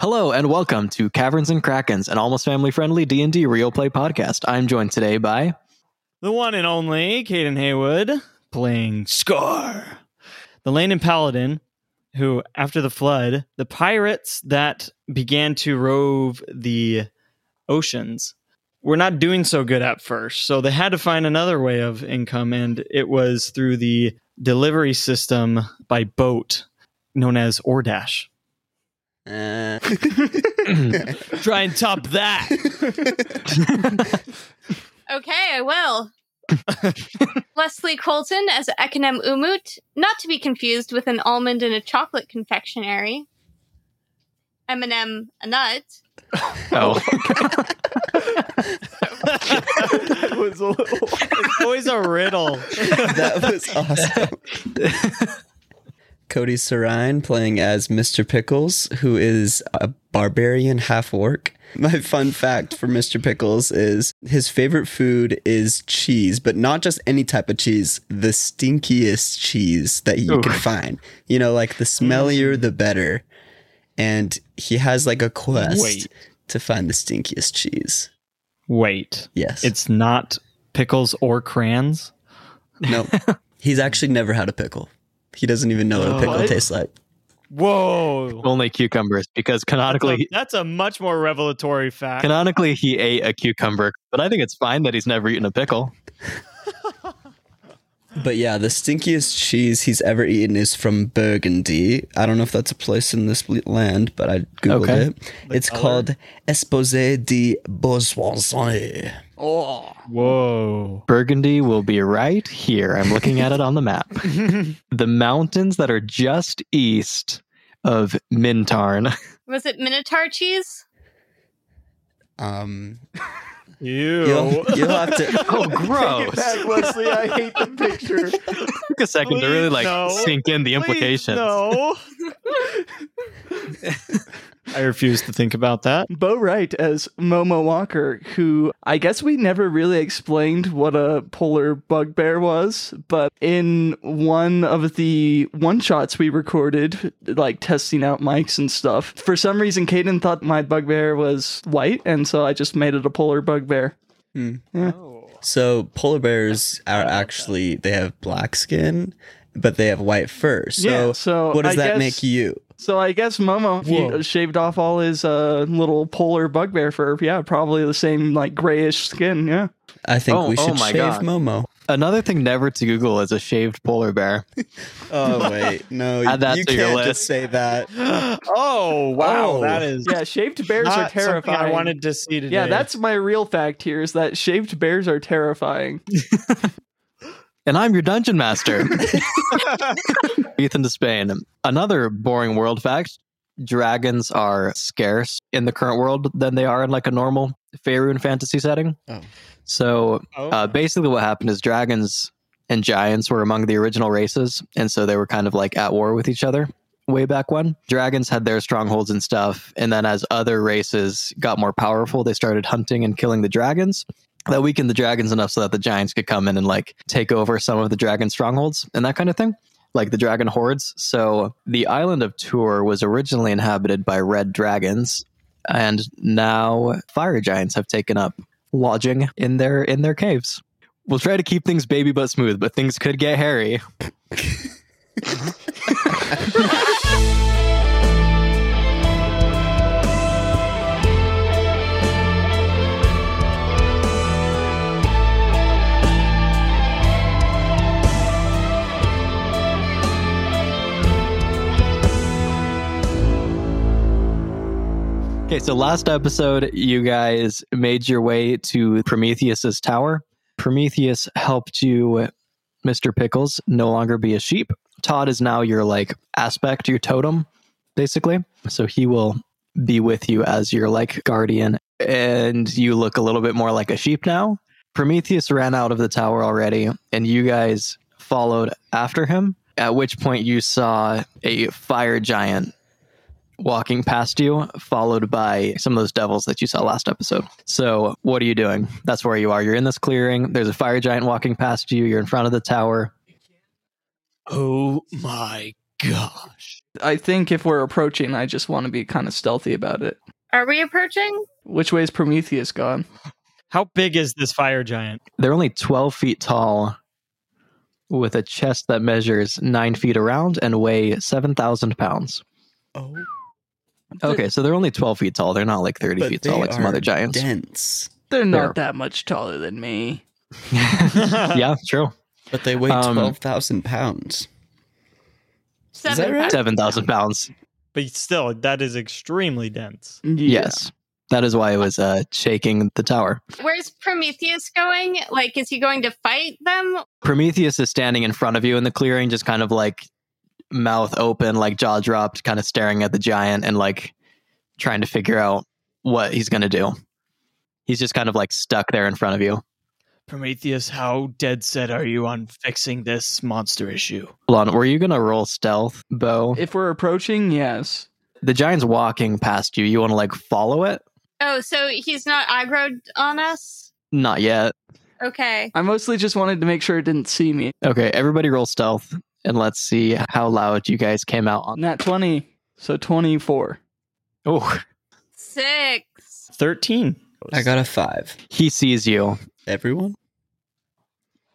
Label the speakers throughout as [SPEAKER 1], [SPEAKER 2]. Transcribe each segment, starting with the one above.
[SPEAKER 1] Hello and welcome to Caverns and Krakens, an almost family-friendly D&D real play podcast. I'm joined today by
[SPEAKER 2] The one and only Caden Haywood playing Scar. The Lane and Paladin, who, after the flood, the pirates that began to rove the oceans were not doing so good at first. So they had to find another way of income, and it was through the delivery system by boat known as Ordash.
[SPEAKER 3] Uh,
[SPEAKER 2] Try and top that.
[SPEAKER 4] Okay, I will. Leslie Colton as Ekinem Umut, not to be confused with an almond in a chocolate confectionery. Eminem a nut.
[SPEAKER 1] Oh,
[SPEAKER 3] that was a little,
[SPEAKER 2] It's always a riddle.
[SPEAKER 3] that was awesome. Cody Sarine playing as Mr. Pickles, who is a barbarian half orc. My fun fact for Mr. Pickles is his favorite food is cheese, but not just any type of cheese, the stinkiest cheese that you can find. You know, like the smellier the better. And he has like a quest
[SPEAKER 2] Wait.
[SPEAKER 3] to find the stinkiest cheese.
[SPEAKER 2] Wait.
[SPEAKER 3] Yes.
[SPEAKER 2] It's not pickles or crayons.
[SPEAKER 3] No, he's actually never had a pickle. He doesn't even know what a pickle
[SPEAKER 2] What?
[SPEAKER 3] tastes like.
[SPEAKER 2] Whoa.
[SPEAKER 1] only cucumbers because canonically
[SPEAKER 2] Um, That's a much more revelatory fact.
[SPEAKER 1] canonically he ate a cucumber, but I think it's fine that he's never eaten a pickle.
[SPEAKER 3] But yeah, the stinkiest cheese he's ever eaten is from Burgundy. I don't know if that's a place in this l- land, but I googled
[SPEAKER 1] Okay.
[SPEAKER 3] it.
[SPEAKER 2] The
[SPEAKER 3] it's
[SPEAKER 2] color?
[SPEAKER 3] called Esposé de Bourgeoisie.
[SPEAKER 2] Whoa.
[SPEAKER 1] Burgundy will be right here. I'm looking at it on the map. The mountains that are just east of Mintarn.
[SPEAKER 4] Was it Minotaur cheese?
[SPEAKER 3] Um,
[SPEAKER 2] Ew.
[SPEAKER 3] you'll, you'll have to.
[SPEAKER 1] Oh, gross.
[SPEAKER 5] Back, Leslie. I hate the picture.
[SPEAKER 1] Took a second to really
[SPEAKER 2] Please,
[SPEAKER 1] like
[SPEAKER 2] no.
[SPEAKER 1] sink in the
[SPEAKER 2] Please,
[SPEAKER 1] implications.
[SPEAKER 2] No. I refuse to think about that.
[SPEAKER 5] Bo Wright as Momo Walker, who I guess we never really explained what a polar bugbear was, but in one of the one shots we recorded, like testing out mics and stuff, for some reason Caden thought my bugbear was white, and so I just made it a polar bugbear.
[SPEAKER 3] So polar bears are actually they have black skin, but they have white fur. So,
[SPEAKER 5] Yeah, so
[SPEAKER 3] what does
[SPEAKER 5] I
[SPEAKER 3] that
[SPEAKER 5] guess-
[SPEAKER 3] make you?
[SPEAKER 5] So I guess Momo if
[SPEAKER 2] Whoa.
[SPEAKER 5] he shaved off all his uh, little polar bugbear fur. Yeah, probably the same like grayish skin. Yeah.
[SPEAKER 3] I think
[SPEAKER 1] Oh,
[SPEAKER 3] we
[SPEAKER 1] oh
[SPEAKER 3] should
[SPEAKER 1] my
[SPEAKER 3] shave
[SPEAKER 1] God.
[SPEAKER 3] Momo.
[SPEAKER 1] Another thing never to Google is a shaved polar bear.
[SPEAKER 3] Oh wait, no,
[SPEAKER 1] Add that
[SPEAKER 3] you
[SPEAKER 1] to your
[SPEAKER 3] can't
[SPEAKER 1] list.
[SPEAKER 3] just say that.
[SPEAKER 2] Oh, wow.
[SPEAKER 3] Oh.
[SPEAKER 2] That is
[SPEAKER 5] Yeah, shaved bears
[SPEAKER 2] not
[SPEAKER 5] are
[SPEAKER 2] something
[SPEAKER 5] terrifying.
[SPEAKER 2] I wanted to see today.
[SPEAKER 5] Yeah, that's my real fact here is that shaved bears are terrifying.
[SPEAKER 1] And I'm your dungeon master, Ethan Despain. Another boring world fact dragons are scarce in the current world than they are in like a normal Faerun fantasy setting.
[SPEAKER 3] Oh.
[SPEAKER 1] So
[SPEAKER 2] Oh.
[SPEAKER 1] uh, basically, what happened is dragons and giants were among the original races. And so they were kind of like at war with each other way back when. Dragons had their strongholds and stuff. And then as other races got more powerful, they started hunting and killing the dragons. That weakened the dragons enough so that the giants could come in and like take over some of the dragon strongholds and that kind of thing, like the dragon hordes. So the island of Tours was originally inhabited by red dragons, and now fire giants have taken up lodging in their in their caves. We'll try to keep things baby but smooth, but things could get hairy. Okay, so last episode, you guys made your way to Prometheus's tower. Prometheus helped you, Mr. Pickles, no longer be a sheep. Todd is now your like aspect, your totem, basically. So he will be with you as your like guardian, and you look a little bit more like a sheep now. Prometheus ran out of the tower already, and you guys followed after him. At which point, you saw a fire giant walking past you, followed by some of those devils that you saw last episode. So, what are you doing? That's where you are. You're in this clearing. There's a fire giant walking past you. You're in front of the tower.
[SPEAKER 2] Oh my gosh.
[SPEAKER 5] I think if we're approaching, I just want to be kind of stealthy about it.
[SPEAKER 4] Are we approaching?
[SPEAKER 5] Which way is Prometheus gone?
[SPEAKER 2] How big is this fire giant?
[SPEAKER 1] They're only 12 feet tall with a chest that measures nine feet around and weigh 7,000 pounds.
[SPEAKER 3] Oh,
[SPEAKER 1] Okay, so they're only 12 feet tall. They're not like 30 feet tall like some other giants.
[SPEAKER 3] dense,
[SPEAKER 5] They're
[SPEAKER 1] There.
[SPEAKER 5] not that much taller than me.
[SPEAKER 1] yeah, true.
[SPEAKER 3] but they weigh
[SPEAKER 1] Um,
[SPEAKER 3] twelve thousand pounds.
[SPEAKER 4] Seven.
[SPEAKER 3] that right?
[SPEAKER 1] Seven thousand pounds.
[SPEAKER 2] But still, that is extremely dense.
[SPEAKER 5] Yeah.
[SPEAKER 1] Yes, that is why it was uh, shaking the tower.
[SPEAKER 4] Where's Prometheus going? Like, is he going to fight them?
[SPEAKER 1] Prometheus is standing in front of you in the clearing, just kind of like mouth open, like jaw dropped, kind of staring at the giant and like trying to figure out what he's going to do. He's just kind of like stuck there in front of you.
[SPEAKER 2] Prometheus, how dead set are you on fixing this monster issue?
[SPEAKER 1] Lon, were you going to roll stealth, Bo?
[SPEAKER 5] If we're approaching, yes.
[SPEAKER 1] the giant's walking past you. You want to like follow it?
[SPEAKER 4] Oh, so he's not aggroed on us?
[SPEAKER 1] Not yet.
[SPEAKER 4] Okay.
[SPEAKER 5] I mostly just wanted to make sure it didn't see me.
[SPEAKER 1] Okay, everybody roll stealth and let's see how loud you guys came out on.
[SPEAKER 5] Nat 20, so 24.
[SPEAKER 1] Oh,
[SPEAKER 4] Six.
[SPEAKER 2] 13.
[SPEAKER 3] I got a five.
[SPEAKER 1] he sees you.
[SPEAKER 3] Everyone,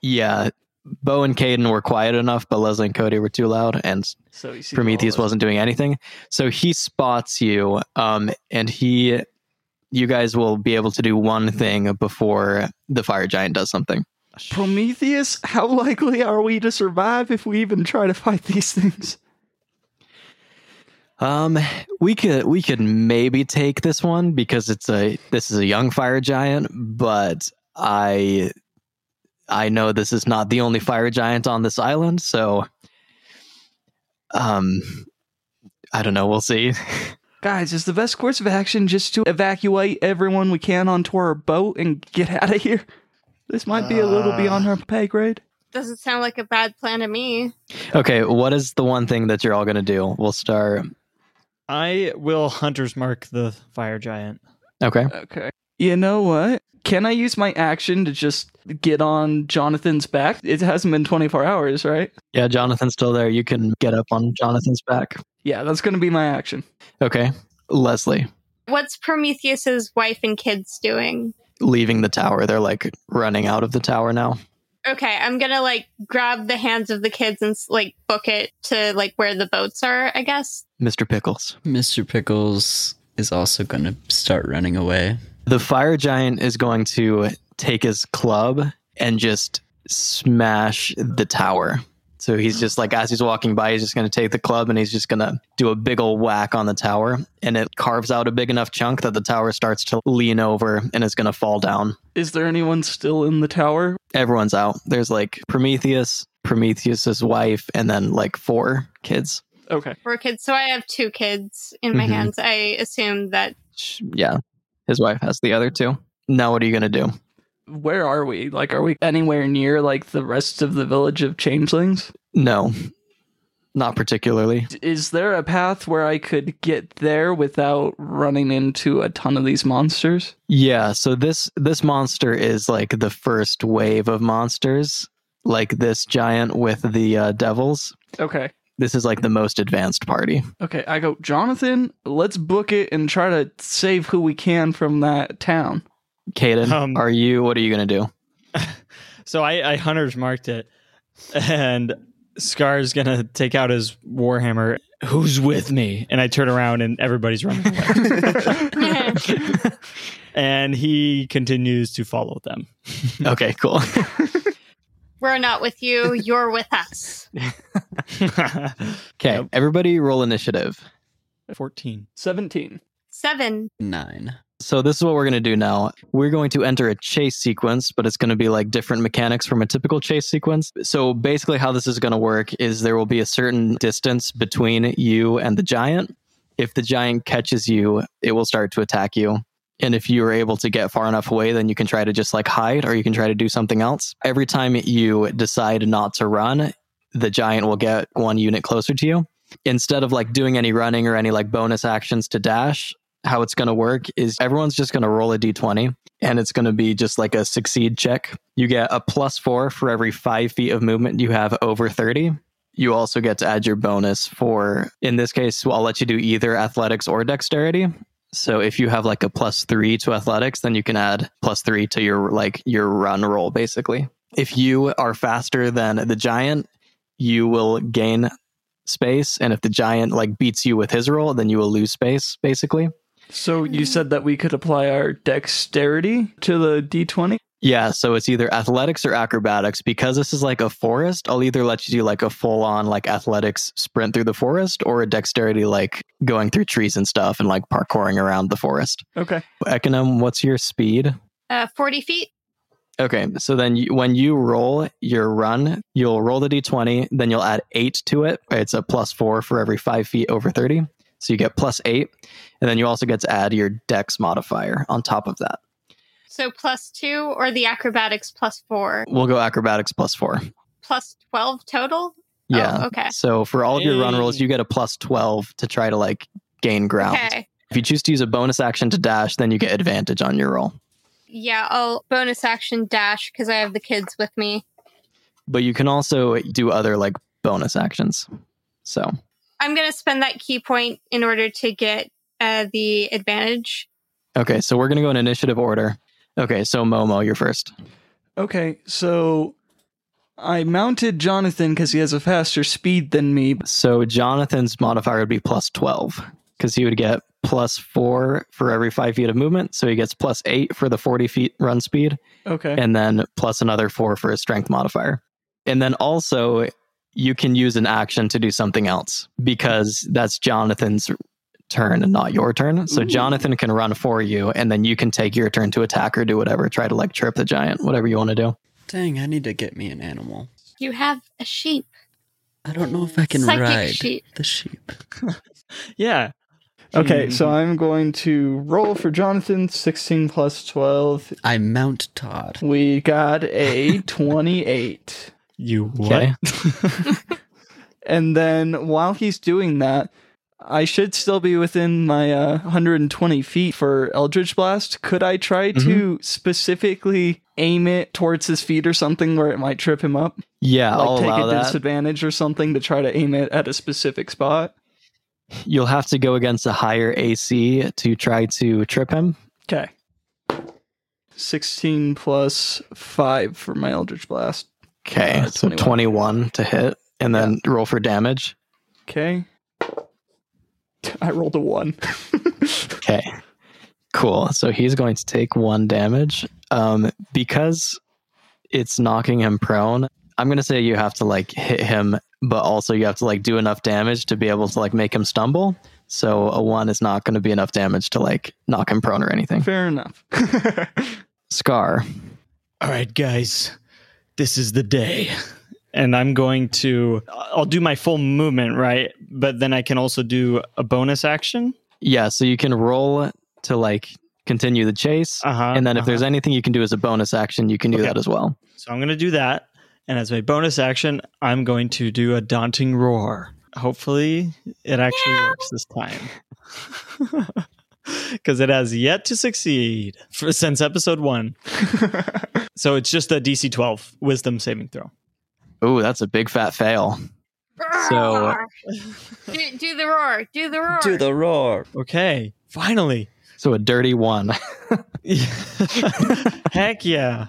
[SPEAKER 1] Yeah. Bo and Caden were quiet enough, but Leslie and Cody were too loud, and
[SPEAKER 5] So you see
[SPEAKER 1] Prometheus
[SPEAKER 5] all of us.
[SPEAKER 1] wasn't doing anything. So he spots you, um, and he, you guys will be able to do one thing before the fire giant does something.
[SPEAKER 5] Prometheus, how likely are we to survive if we even try to fight these things?
[SPEAKER 1] Um, we could we could maybe take this one because it's a this is a young fire giant, but I I know this is not the only fire giant on this island, so um I don't know, we'll see.
[SPEAKER 5] Guys, is the best course of action just to evacuate everyone we can onto our boat and get out of here? This might be a little
[SPEAKER 2] Uh.
[SPEAKER 5] beyond our pay grade.
[SPEAKER 4] Doesn't sound like a bad plan to me.
[SPEAKER 1] Okay, what is the one thing that you're all gonna do? We'll start
[SPEAKER 2] I will hunter's mark the fire giant.
[SPEAKER 1] Okay.
[SPEAKER 5] Okay. You know what? Can I use my action to just get on Jonathan's back? It hasn't been 24 hours, right?
[SPEAKER 1] Yeah, Jonathan's still there. You can get up on Jonathan's back.
[SPEAKER 5] Yeah, that's going to be my action.
[SPEAKER 1] Okay. Leslie
[SPEAKER 4] What's Prometheus's wife and kids doing?
[SPEAKER 1] leaving the tower. They're like running out of the tower now.
[SPEAKER 4] Okay, I'm gonna like grab the hands of the kids and like book it to like where the boats are, I guess.
[SPEAKER 1] Mr. Pickles.
[SPEAKER 3] Mister Pickles is also gonna start running away.
[SPEAKER 1] The fire giant is going to take his club and just smash the tower. So he's just like, as he's walking by, he's just going to take the club and he's just going to do a big old whack on the tower. And it carves out a big enough chunk that the tower starts to lean over and is going to fall down.
[SPEAKER 5] Is there anyone still in the tower?
[SPEAKER 1] Everyone's out. There's like Prometheus, Prometheus's wife, and then like four kids.
[SPEAKER 5] Okay.
[SPEAKER 4] Four kids. So I have two kids in my
[SPEAKER 1] Mhm.
[SPEAKER 4] hands. I assume that
[SPEAKER 1] Sh- Yeah. His wife has the other two. Now, what are you going to do?
[SPEAKER 5] Where are we? Like, are we anywhere near, like, the rest of the village of changelings?
[SPEAKER 1] No, not particularly.
[SPEAKER 5] D- Is there a path where I could get there without running into a ton of these monsters?
[SPEAKER 1] Yeah, so this this monster is like the first wave of monsters, like this giant with the uh, devils.
[SPEAKER 5] Okay.
[SPEAKER 1] This is like the most advanced party.
[SPEAKER 5] Okay, I go, Jonathan, let's book it and try to save who we can from that town.
[SPEAKER 1] Caden,
[SPEAKER 2] Um,
[SPEAKER 1] are you? What are you gonna do?
[SPEAKER 2] So I, I hunter's marked it, and Scar's gonna take out his warhammer. Who's with me? And I turn around and everybody's running away. and he continues to follow them.
[SPEAKER 1] Okay, cool.
[SPEAKER 4] we're not with you, you're with us.
[SPEAKER 1] Okay,
[SPEAKER 2] Yep.
[SPEAKER 1] everybody, roll initiative.
[SPEAKER 2] Fourteen.
[SPEAKER 5] 17.
[SPEAKER 4] Seven.
[SPEAKER 3] Nine.
[SPEAKER 1] So this is what we're gonna do now. We're going to enter a chase sequence, but it's gonna be like different mechanics from a typical chase sequence. So basically, how this is gonna work is there will be a certain distance between you and the giant. If the giant catches you, it will start to attack you. And if you are able to get far enough away, then you can try to just like hide or you can try to do something else. Every time you decide not to run, the giant will get one unit closer to you. Instead of like doing any running or any like bonus actions to dash, how it's going to work is everyone's just going to roll a d20 and it's going to be just like a succeed check. You get a plus four for every five feet of movement you have over 30. you also get to add your bonus for, in this case, I'll let you do either athletics or dexterity. So if you have like a plus three to athletics, then you can add plus three to your like your run roll basically. If you are faster than the giant, you will gain space, and if the giant like beats you with his roll, then you will lose space basically.
[SPEAKER 5] So you said that we could apply our dexterity to the d20?
[SPEAKER 1] Yeah, so it's either athletics or acrobatics. Because this is like a forest, I'll either let you do like a full on like athletics sprint through the forest or a dexterity like going through trees and stuff and like parkouring around the forest.
[SPEAKER 5] Okay.
[SPEAKER 1] Econom, what's your speed?
[SPEAKER 4] Uh, 40 feet.
[SPEAKER 1] Okay, so then you, when you roll your run, you'll roll the d20, then you'll add eight to it. It's a plus four for every five feet over 30. So you get plus eight. And then you also get to add your dex modifier on top of that.
[SPEAKER 4] So plus two or the acrobatics plus four.
[SPEAKER 1] We'll go acrobatics plus four.
[SPEAKER 4] Plus 12 total?
[SPEAKER 1] Yeah.
[SPEAKER 4] Oh, okay.
[SPEAKER 1] So for all of your run rolls,
[SPEAKER 2] Hey.
[SPEAKER 1] you get a plus 12 to try to like gain ground.
[SPEAKER 4] Okay.
[SPEAKER 1] If you choose to use a bonus action to dash, then you get advantage on your roll.
[SPEAKER 4] Yeah, I'll bonus action dash because I have the kids with me.
[SPEAKER 1] But you can also do other like bonus actions. So,
[SPEAKER 4] I'm going to spend that key point in order to get uh, the advantage.
[SPEAKER 1] okay. So we're going to go in initiative order. Okay. So, Momo, you're first.
[SPEAKER 5] Okay, so I mounted Jonathan because he has a faster speed than me.
[SPEAKER 1] So, Jonathan's modifier would be plus 12 because he would get plus four for every five feet of movement. So, he gets plus eight for the 40 feet run speed.
[SPEAKER 5] Okay.
[SPEAKER 1] and then plus another four for a strength modifier. And then also, you can use an action to do something else because that's Jonathan's turn and not your turn. So
[SPEAKER 5] Ooh.
[SPEAKER 1] Jonathan can run for you, and then you can take your turn to attack or do whatever. Try to like trip the giant, whatever you want to do.
[SPEAKER 3] Dang, I need to get me an animal.
[SPEAKER 4] You have a sheep.
[SPEAKER 3] I don't know if I can
[SPEAKER 4] Psychic
[SPEAKER 3] ride
[SPEAKER 4] sheep.
[SPEAKER 3] the sheep.
[SPEAKER 2] Yeah.
[SPEAKER 5] Okay, so I'm going to roll for Jonathan 16 plus 12.
[SPEAKER 3] I mount Todd.
[SPEAKER 5] We got a 28.
[SPEAKER 2] You
[SPEAKER 1] Okay.
[SPEAKER 5] And then while he's doing that, I should still be within my uh, 120 feet for Eldritch Blast. Could I try
[SPEAKER 1] Mm-hmm.
[SPEAKER 5] to specifically aim it towards his feet or something where it might trip him up?
[SPEAKER 1] Yeah,
[SPEAKER 5] like
[SPEAKER 1] I'll
[SPEAKER 5] take
[SPEAKER 1] allow
[SPEAKER 5] a
[SPEAKER 1] that.
[SPEAKER 5] disadvantage or something to try to aim it at a specific spot?
[SPEAKER 1] You'll have to go against a higher AC to try to trip him.
[SPEAKER 5] Okay. 16 plus 5 for my Eldritch Blast.
[SPEAKER 1] Okay,
[SPEAKER 5] Uh,
[SPEAKER 1] so
[SPEAKER 5] 21.
[SPEAKER 1] 21 to hit, and then roll for damage.
[SPEAKER 5] Okay. I rolled a 1.
[SPEAKER 1] Okay. Cool. So he's going to take one damage. Um, because it's knocking him prone, I'm gonna say you have to like hit him, but also you have to like do enough damage to be able to like make him stumble. So a one is not gonna be enough damage to like knock him prone or anything.
[SPEAKER 5] Fair enough.
[SPEAKER 1] Scar.
[SPEAKER 2] All right, guys, this is the day. And I'm going to, I'll do my full movement, right? But then I can also do a bonus action.
[SPEAKER 1] Yeah, so you can roll to like continue the chase.
[SPEAKER 2] Uh huh.
[SPEAKER 1] and then if there's anything you can do as a bonus action, you can do
[SPEAKER 2] Okay.
[SPEAKER 1] that as well.
[SPEAKER 2] So I'm going to do that. And as my bonus action, I'm going to do a daunting roar. Hopefully, it actually works this time. Because it has yet to succeed for, since episode one. so it's just a DC 12 wisdom saving throw.
[SPEAKER 1] Ooh, that's a big fat fail. So-
[SPEAKER 4] do, do the roar. Do the roar.
[SPEAKER 3] Do the roar.
[SPEAKER 2] Okay, finally.
[SPEAKER 1] So a dirty one.
[SPEAKER 2] Heck yeah.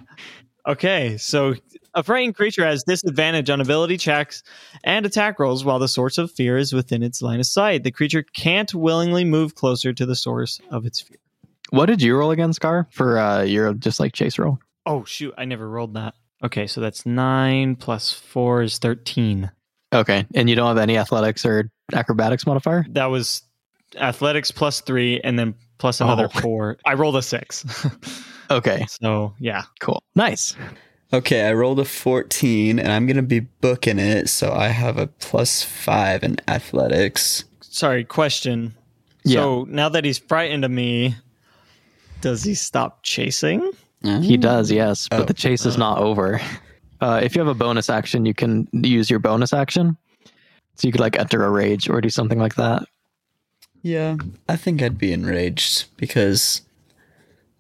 [SPEAKER 2] Okay, so a frightened creature has disadvantage on ability checks and attack rolls while the source of fear is within its line of sight. The creature can't willingly move closer to the source of its fear.
[SPEAKER 1] What did you roll again, Scar? For uh, your just like chase roll.
[SPEAKER 2] Oh, shoot, I never rolled that. Okay, so that's 9 plus 4 is 13.
[SPEAKER 1] Okay, and you don't have any athletics or acrobatics modifier.
[SPEAKER 2] That was athletics plus 3 and then plus another
[SPEAKER 1] Oh.
[SPEAKER 2] 4. I rolled a 6.
[SPEAKER 1] Okay,
[SPEAKER 2] so, yeah.
[SPEAKER 1] cool, nice.
[SPEAKER 3] Okay, I rolled a 14 and I'm going to be booking it, so I have a plus 5 in athletics.
[SPEAKER 2] sorry, question. So now that he's frightened of me, does he stop chasing?
[SPEAKER 1] He does, yes, but
[SPEAKER 3] Oh.
[SPEAKER 1] the chase is not over. Uh, if you have a bonus action, you can use your bonus action. So you could like enter a rage or do something like that.
[SPEAKER 3] Yeah, I think I'd be enraged because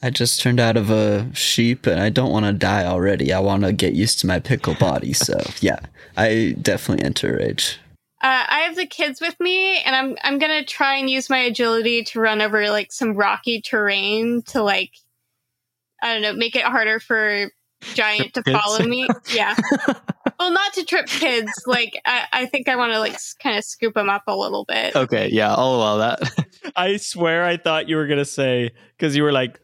[SPEAKER 3] I just turned out of a sheep and I don't want to die already. I want to get used to my pickle body. So, yeah, I definitely enter rage.
[SPEAKER 4] Uh, I have the kids with me, and I'm I'm gonna try and use my agility to run over like some rocky terrain to like I don't know make it harder for giant to
[SPEAKER 1] Trip kids.
[SPEAKER 4] follow me. Yeah, well, not to trip kids. Like I, I think I want to like kind of scoop them up a little bit.
[SPEAKER 1] Okay, yeah, I'll allow that.
[SPEAKER 2] I swear I thought you were gonna say because you were like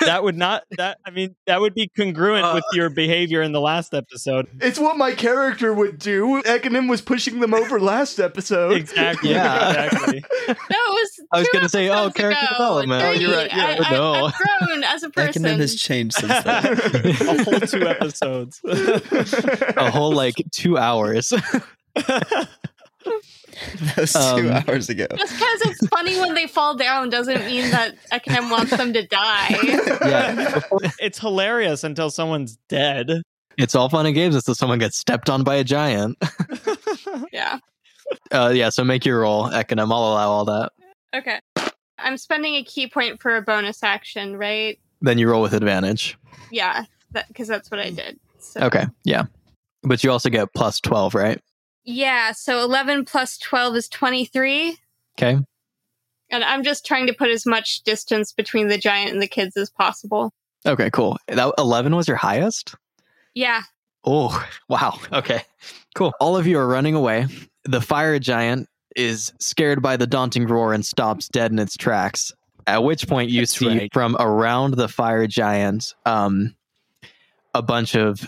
[SPEAKER 2] that would not that I mean that would be congruent with your behavior in the last episode.
[SPEAKER 5] It's what my character would do. Econym was pushing them over last episode.
[SPEAKER 2] Exactly.
[SPEAKER 1] Yeah.
[SPEAKER 2] Exactly.
[SPEAKER 4] No, it was.
[SPEAKER 1] I was
[SPEAKER 4] two
[SPEAKER 1] gonna say, oh,
[SPEAKER 4] episodes
[SPEAKER 1] character
[SPEAKER 4] ago,
[SPEAKER 1] development. Oh, you're
[SPEAKER 4] three.
[SPEAKER 1] right, yeah,
[SPEAKER 4] I,
[SPEAKER 1] no.
[SPEAKER 4] I, have grown as a person.
[SPEAKER 3] Acronym has changed since then.
[SPEAKER 2] a whole two episodes.
[SPEAKER 1] A whole like two hours.
[SPEAKER 3] That was two
[SPEAKER 1] Um,
[SPEAKER 3] hours ago.
[SPEAKER 4] Just because it's funny when they fall down doesn't mean that Ekinem wants them to die.
[SPEAKER 1] yeah,
[SPEAKER 2] it's hilarious until someone's dead.
[SPEAKER 1] it's all fun and games until someone gets stepped on by a giant.
[SPEAKER 4] Yeah.
[SPEAKER 1] Uh, yeah, so make your roll, Econom. I'll allow all that.
[SPEAKER 4] Okay. I'm spending a key point for a bonus action, right?
[SPEAKER 1] Then you roll with advantage.
[SPEAKER 4] Yeah, because that's what I did. So.
[SPEAKER 1] Mm. Okay, yeah, but you also get plus twelve, right?
[SPEAKER 4] Yeah, so 11 plus 12 is 23.
[SPEAKER 1] Okay,
[SPEAKER 4] And I'm just trying to put as much distance between the giant and the kids as possible.
[SPEAKER 1] okay, cool. That eleven was your highest.
[SPEAKER 4] Yeah.
[SPEAKER 1] Oh, wow. Okay. Cool. All of you are running away. The fire giant is scared by the daunting roar and stops dead in its tracks. At which point you
[SPEAKER 2] That's
[SPEAKER 1] see
[SPEAKER 2] right.
[SPEAKER 1] from around the fire giant um a bunch of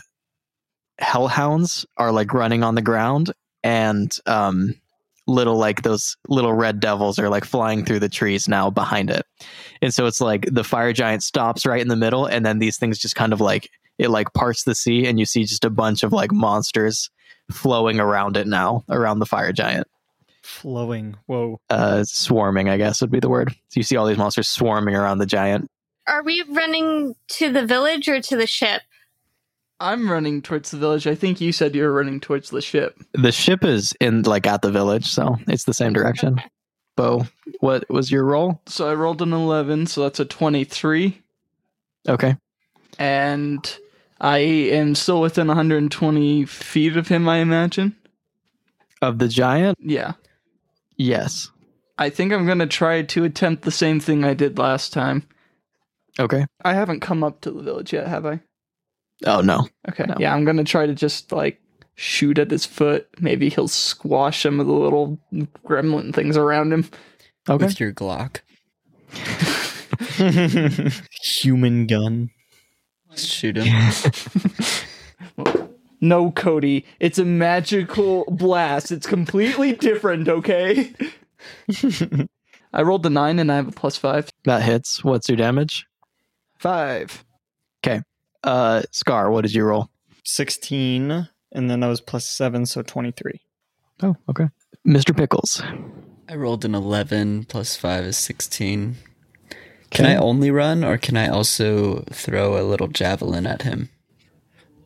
[SPEAKER 1] hellhounds are like running on the ground and um little like those little red devils are like flying through the trees now behind it. And so it's like the fire giant stops right in the middle and then these things just kind of like it like parts the sea and you see just a bunch of like monsters flowing around it now around the fire giant
[SPEAKER 2] Flowing. Whoa.
[SPEAKER 1] uh swarming i guess would be the word so you see all these monsters swarming around the giant
[SPEAKER 4] Are we running to the village or to the ship?
[SPEAKER 5] I'm running towards the village. I think you said you were running towards the ship.
[SPEAKER 1] the ship is in like at the village so it's the same direction bo what was your role
[SPEAKER 5] So I rolled an 11, so that's a 23.
[SPEAKER 1] okay
[SPEAKER 5] And I am still within 120 feet of him, I imagine.
[SPEAKER 1] of the giant
[SPEAKER 5] Yeah.
[SPEAKER 1] yes
[SPEAKER 5] I think I'm going to try to attempt the same thing I did last time.
[SPEAKER 1] okay
[SPEAKER 5] I haven't come up to the village yet, have I?
[SPEAKER 1] oh no
[SPEAKER 5] Okay.
[SPEAKER 1] No.
[SPEAKER 5] Yeah, I'm going to try to just like shoot at his foot. Maybe he'll squash some of the little gremlin things around him.
[SPEAKER 1] okay
[SPEAKER 3] With your Glock.
[SPEAKER 2] Human gun.
[SPEAKER 3] Shoot him.
[SPEAKER 5] No, Cody, it's a magical blast. It's completely different, okay? I rolled the nine and I have a plus five.
[SPEAKER 1] that hits what's your damage
[SPEAKER 5] Five.
[SPEAKER 1] uh scar what did you roll
[SPEAKER 2] 16. And then I was plus seven, so 23.
[SPEAKER 1] oh okay mr pickles
[SPEAKER 3] I rolled an 11 plus 5 is 16. Can I only run or can I also throw a little javelin at him?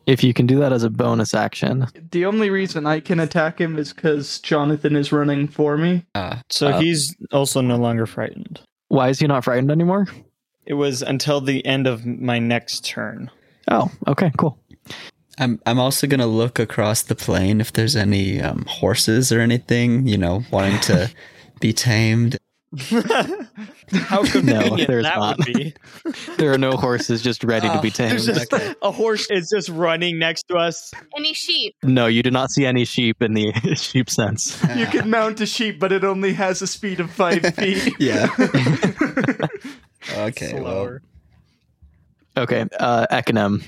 [SPEAKER 1] if you can do that as a bonus action
[SPEAKER 5] The only reason I can attack him is because Jonathan is running for me.
[SPEAKER 3] Ah,
[SPEAKER 2] So
[SPEAKER 1] Uh,
[SPEAKER 2] he's also no longer frightened.
[SPEAKER 1] why is he not frightened anymore
[SPEAKER 2] It was until the end of my next turn.
[SPEAKER 1] Oh, okay, cool.
[SPEAKER 3] I'm I'm also gonna look across the plain if there's any um, horses or anything, you know, wanting to be tamed.
[SPEAKER 2] How convenient
[SPEAKER 1] there's
[SPEAKER 2] that
[SPEAKER 1] not.
[SPEAKER 2] would be.
[SPEAKER 1] There are no horses just ready to be tamed.
[SPEAKER 2] Ah, There's just a horse is just running next to us.
[SPEAKER 4] Any sheep?
[SPEAKER 1] No, you do not see any sheep in the sheep sense.
[SPEAKER 5] You can mount a sheep, but it only has a speed of five feet.
[SPEAKER 3] Yeah. okay. Well,
[SPEAKER 2] Slower.
[SPEAKER 1] Okay, uh, Ekinem.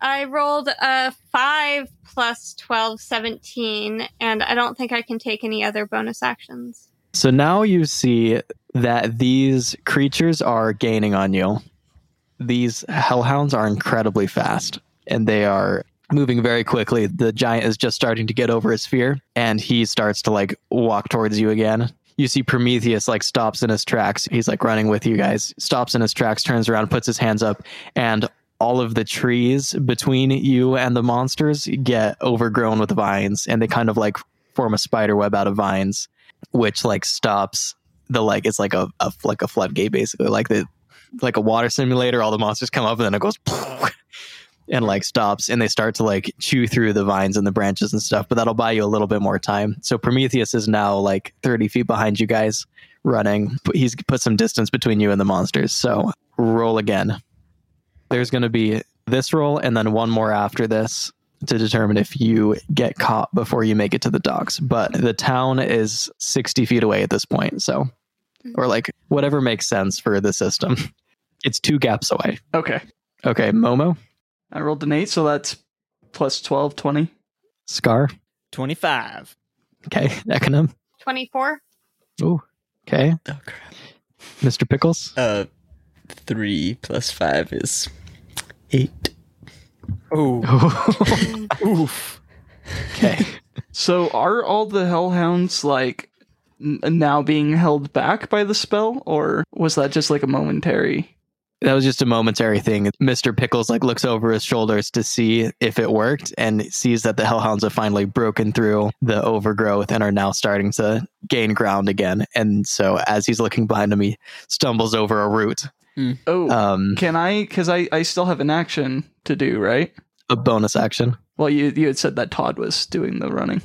[SPEAKER 4] I rolled a 5 plus 12, 17, and I don't think I can take any other bonus actions.
[SPEAKER 1] So now you see that these creatures are gaining on you. These hellhounds are incredibly fast and they are moving very quickly. The giant is just starting to get over his fear and he starts to like walk towards you again. You see Prometheus like stops in his tracks. He's like running with you guys, stops in his tracks, turns around, puts his hands up, and all of the trees between you and the monsters get overgrown with vines and they kind of like form a spider web out of vines which like stops the like it's like a, a like a floodgate basically like the like a water simulator. All the monsters come up and then it goes and like stops and they start to like chew through the vines and the branches and stuff. But that'll buy you a little bit more time. So Prometheus is now like 30 feet behind you guys running. P- He's put some distance between you and the monsters. So roll again. There's going to be this roll and then one more after this to determine if you get caught before you make it to the docks. But the town is 60 feet away at this point. So, or like whatever makes sense for the system. It's two gaps away.
[SPEAKER 5] Okay.
[SPEAKER 1] Okay, Momo,
[SPEAKER 5] I rolled an eight, so that's plus 12, 20.
[SPEAKER 1] Scar,
[SPEAKER 2] 25.
[SPEAKER 1] okay, Econom,
[SPEAKER 4] 24.
[SPEAKER 1] okay,
[SPEAKER 3] Oh crap.
[SPEAKER 1] Mr. Pickles,
[SPEAKER 3] Uh, three plus five is eight.
[SPEAKER 2] Oh, oof.
[SPEAKER 1] okay.
[SPEAKER 5] So are all the hellhounds like n- now being held back by the spell, or was that just like a momentary?
[SPEAKER 1] That was just a momentary thing. Mr. Pickles like looks over his shoulders to see if it worked and sees that the hellhounds have finally broken through the overgrowth and are now starting to gain ground again. And so as he's looking behind him, he stumbles over a root.
[SPEAKER 5] Oh,
[SPEAKER 1] Um
[SPEAKER 5] can I? Because I I still have an action to do, right?
[SPEAKER 1] a bonus action.
[SPEAKER 5] Well, you you had said that Todd was doing the running,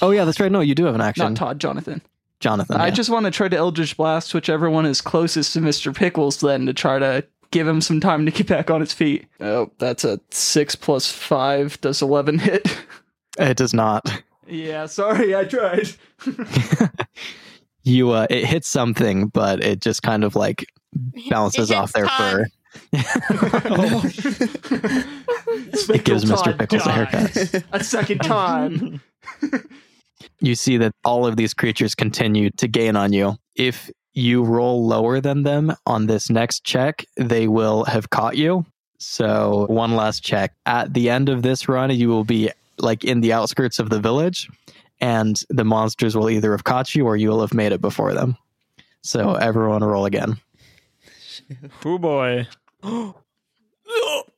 [SPEAKER 1] Oh yeah, that's right. No, you do have an action.
[SPEAKER 5] not Todd, Jonathan.
[SPEAKER 1] Jonathan.
[SPEAKER 5] I
[SPEAKER 1] yeah.
[SPEAKER 5] just want to try to Eldritch Blast whichever one is closest to Mr. Pickles, then to try to give him some time to get back on his feet. Oh, that's a six plus five does eleven hit.
[SPEAKER 1] it does not.
[SPEAKER 5] yeah, sorry, I tried.
[SPEAKER 1] You uh it hits something, but it just kind of like bounces
[SPEAKER 4] It
[SPEAKER 1] off
[SPEAKER 4] hits
[SPEAKER 1] their
[SPEAKER 4] Todd.
[SPEAKER 1] fur.
[SPEAKER 2] Oh,
[SPEAKER 1] It gives
[SPEAKER 5] Pickle
[SPEAKER 1] Mr.
[SPEAKER 5] Todd
[SPEAKER 1] Pickles a haircut.
[SPEAKER 5] dies A second time.
[SPEAKER 1] you see that all of these creatures continue to gain on you. If you roll lower than them on this next check, they will have caught you. So, one last check. At the end of this run, you will be like in the outskirts of the village, and the monsters will either have caught you or you will have made it before them. So, everyone roll again.
[SPEAKER 2] Oh boy.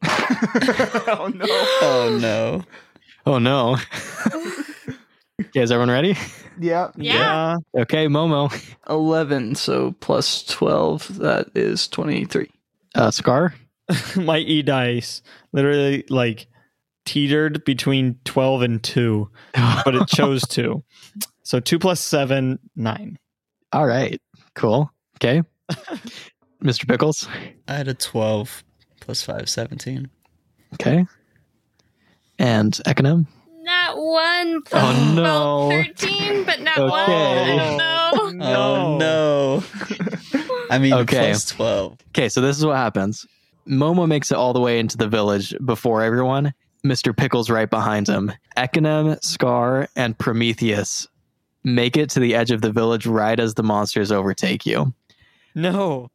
[SPEAKER 5] oh no.
[SPEAKER 3] Oh no.
[SPEAKER 1] Oh, no. okay, is everyone ready?
[SPEAKER 5] Yeah.
[SPEAKER 4] Yeah.
[SPEAKER 1] Okay, Momo.
[SPEAKER 5] Eleven, so plus twelve, that is twenty-three.
[SPEAKER 1] Uh, Scar,
[SPEAKER 2] My E dice literally like teetered between 12 and 2, but it chose 2. So 2 plus 7, 9.
[SPEAKER 1] All right. Cool. Okay. Mr. Pickles.
[SPEAKER 3] I had a twelve plus five, 17.
[SPEAKER 1] Okay. And Econom.
[SPEAKER 4] Not one plus
[SPEAKER 1] Oh, no.
[SPEAKER 4] well, 13, but not one. I
[SPEAKER 1] Okay.
[SPEAKER 4] don't know.
[SPEAKER 3] Oh no. I mean
[SPEAKER 1] Okay.
[SPEAKER 3] plus twelve.
[SPEAKER 1] Okay, so this is what happens. Momo makes it all the way into the village before everyone. Mr. Pickles right behind him. Econom, Scar, and Prometheus make it to the edge of the village right as the monsters overtake you.
[SPEAKER 2] No.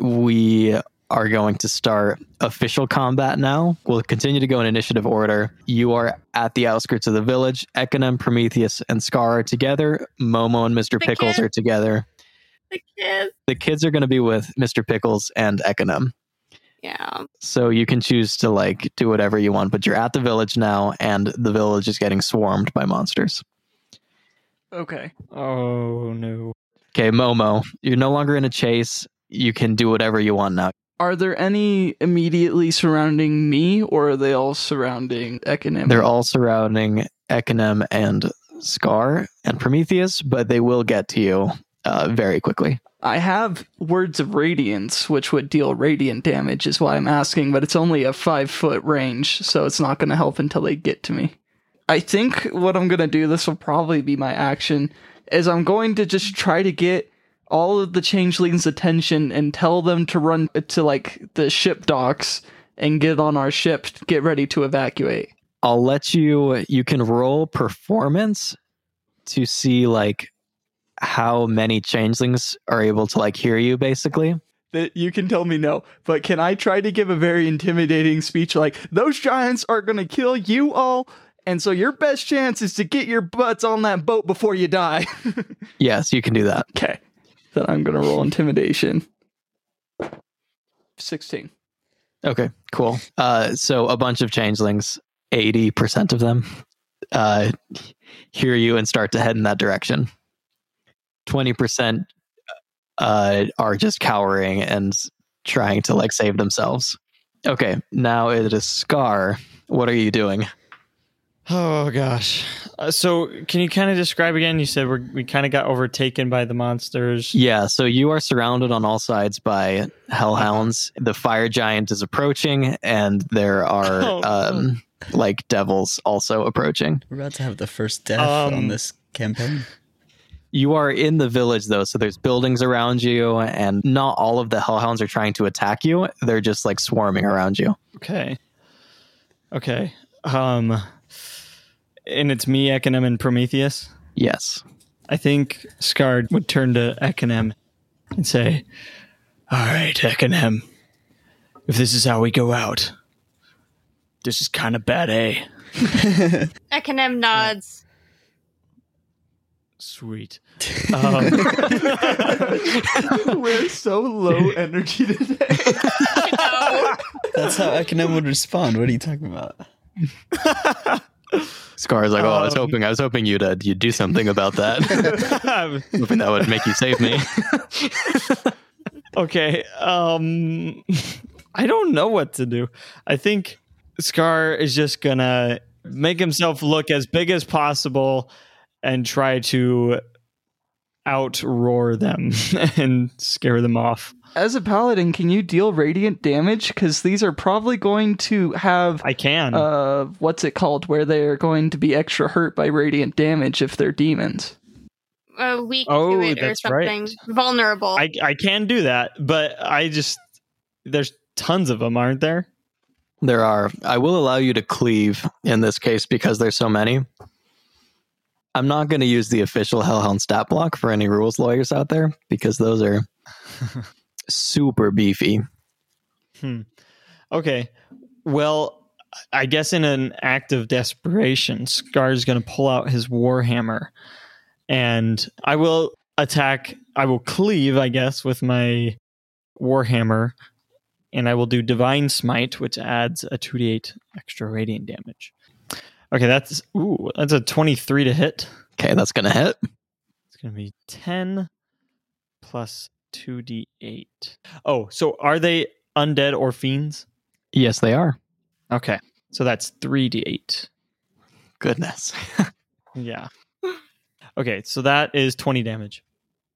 [SPEAKER 1] we are going to start official combat now. We'll continue to go in initiative order. You are at the outskirts of the village. Econom, Prometheus, and Scar are together. Momo and Mr.
[SPEAKER 4] The
[SPEAKER 1] Pickles
[SPEAKER 4] kid.
[SPEAKER 1] are together.
[SPEAKER 4] The kids.
[SPEAKER 1] The kids are going to be with Mr. Pickles and Econom.
[SPEAKER 4] Yeah.
[SPEAKER 1] So you can choose to like do whatever you want, but you're at the village now and the village is getting swarmed by monsters.
[SPEAKER 5] Okay.
[SPEAKER 2] Oh no.
[SPEAKER 1] Okay, Momo, you're no longer in a chase. You can do whatever you want now.
[SPEAKER 5] Are there any immediately surrounding me, or are they all surrounding Economic?
[SPEAKER 1] They're all surrounding Econom and Scar and Prometheus, but they will get to you uh, very quickly.
[SPEAKER 5] I have words of radiance, which would deal radiant damage, is why I'm asking, but it's only a five foot range, so it's not going to help until they get to me. I think what I'm going to do, this will probably be my action, is I'm going to just try to get all of the changelings' attention and tell them to run to like the ship docks and get on our ship, get ready to evacuate.
[SPEAKER 1] I'll let you, you can roll performance to see like how many changelings are able to like hear you basically.
[SPEAKER 5] that you can tell me no, but can I try to give a very intimidating speech like those giants are going to kill you all and so your best chance is to get your butts on that boat before you die.
[SPEAKER 1] Yes, you can do that.
[SPEAKER 5] okay. Then I'm going to roll intimidation. 16.
[SPEAKER 1] Okay, cool. Uh, so a bunch of changelings, 80% of them, uh, hear you and start to head in that direction. 20% uh, are just cowering and trying to like save themselves. Okay, now it is Scar. What are you doing?
[SPEAKER 2] Oh gosh. Uh, so can you kind of describe again? You said we're, we kind of got overtaken by the monsters.
[SPEAKER 1] Yeah, so you are surrounded on all sides by hellhounds. The fire giant is approaching, and there are
[SPEAKER 2] Oh,
[SPEAKER 1] um, like devils also approaching.
[SPEAKER 3] We're about to have the first death
[SPEAKER 2] Um,
[SPEAKER 3] on this campaign.
[SPEAKER 1] You are in the village though, so there's buildings around you, and not all of the hellhounds are trying to attack you. They're just like swarming around you.
[SPEAKER 2] Okay. Okay. Um, and it's me, Ekonem, and Prometheus.
[SPEAKER 1] Yes.
[SPEAKER 2] I think Scar would turn to Ekonem and say, All right, Ekonem, if this is how we go out, this is kind of bad, eh?
[SPEAKER 4] Ekonem nods.
[SPEAKER 2] Sweet. Um,
[SPEAKER 5] We're so low energy today.
[SPEAKER 4] Oh,
[SPEAKER 3] That's how Ekinem would respond. What are you talking about?
[SPEAKER 1] Scar's like, oh, I was hoping, I was hoping you'd uh, you'd do something about that. hoping that would make you save me.
[SPEAKER 2] okay. Um, I don't know what to do. I think Scar is just gonna make himself look as big as possible and try to outroar them and scare them off.
[SPEAKER 5] As a paladin, can you deal radiant damage? Because these are probably going to have
[SPEAKER 2] I can.
[SPEAKER 5] uh, what's it called, where they are going to be extra hurt by radiant damage if they're demons.
[SPEAKER 4] A week
[SPEAKER 2] Oh,
[SPEAKER 4] to it or
[SPEAKER 2] that's
[SPEAKER 4] something.
[SPEAKER 2] right.
[SPEAKER 4] Vulnerable.
[SPEAKER 2] I I can do that, but I just there's tons of them, aren't there?
[SPEAKER 1] There are. I will allow you to cleave in this case because there's so many. I'm not going to use the official Hellhound stat block for any rules lawyers out there because those are super beefy.
[SPEAKER 2] Hmm. Okay. Well, I guess in an act of desperation, Scar's going to pull out his warhammer and I will attack, I will cleave, I guess, with my warhammer and I will do divine smite which adds a 2d8 extra radiant damage. Okay, that's ooh, that's a 23 to hit.
[SPEAKER 1] Okay, that's going to hit.
[SPEAKER 2] It's going to be 10 plus 2d8. Oh, so are they undead or fiends?
[SPEAKER 1] Yes, they are.
[SPEAKER 2] Okay. So that's 3d8.
[SPEAKER 1] Goodness.
[SPEAKER 2] Yeah. Okay, so that is 20 damage.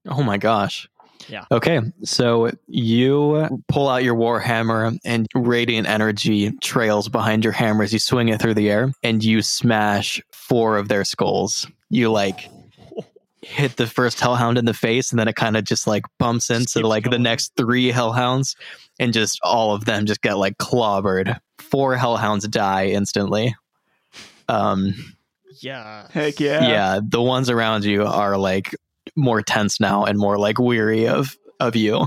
[SPEAKER 1] Oh my gosh.
[SPEAKER 2] Yeah.
[SPEAKER 1] Okay. So you pull out your warhammer and radiant energy trails behind your hammer as you swing it through the air and you smash four of their skulls. You like hit the first hellhound in the face and then it kind of just like bumps into
[SPEAKER 2] keeps
[SPEAKER 1] like the
[SPEAKER 2] going.
[SPEAKER 1] next three hellhounds and just all of them just get like clobbered. Four hellhounds die instantly. Um
[SPEAKER 2] Yeah.
[SPEAKER 5] Heck
[SPEAKER 1] yeah the ones around you are like more tense now and more like weary of of you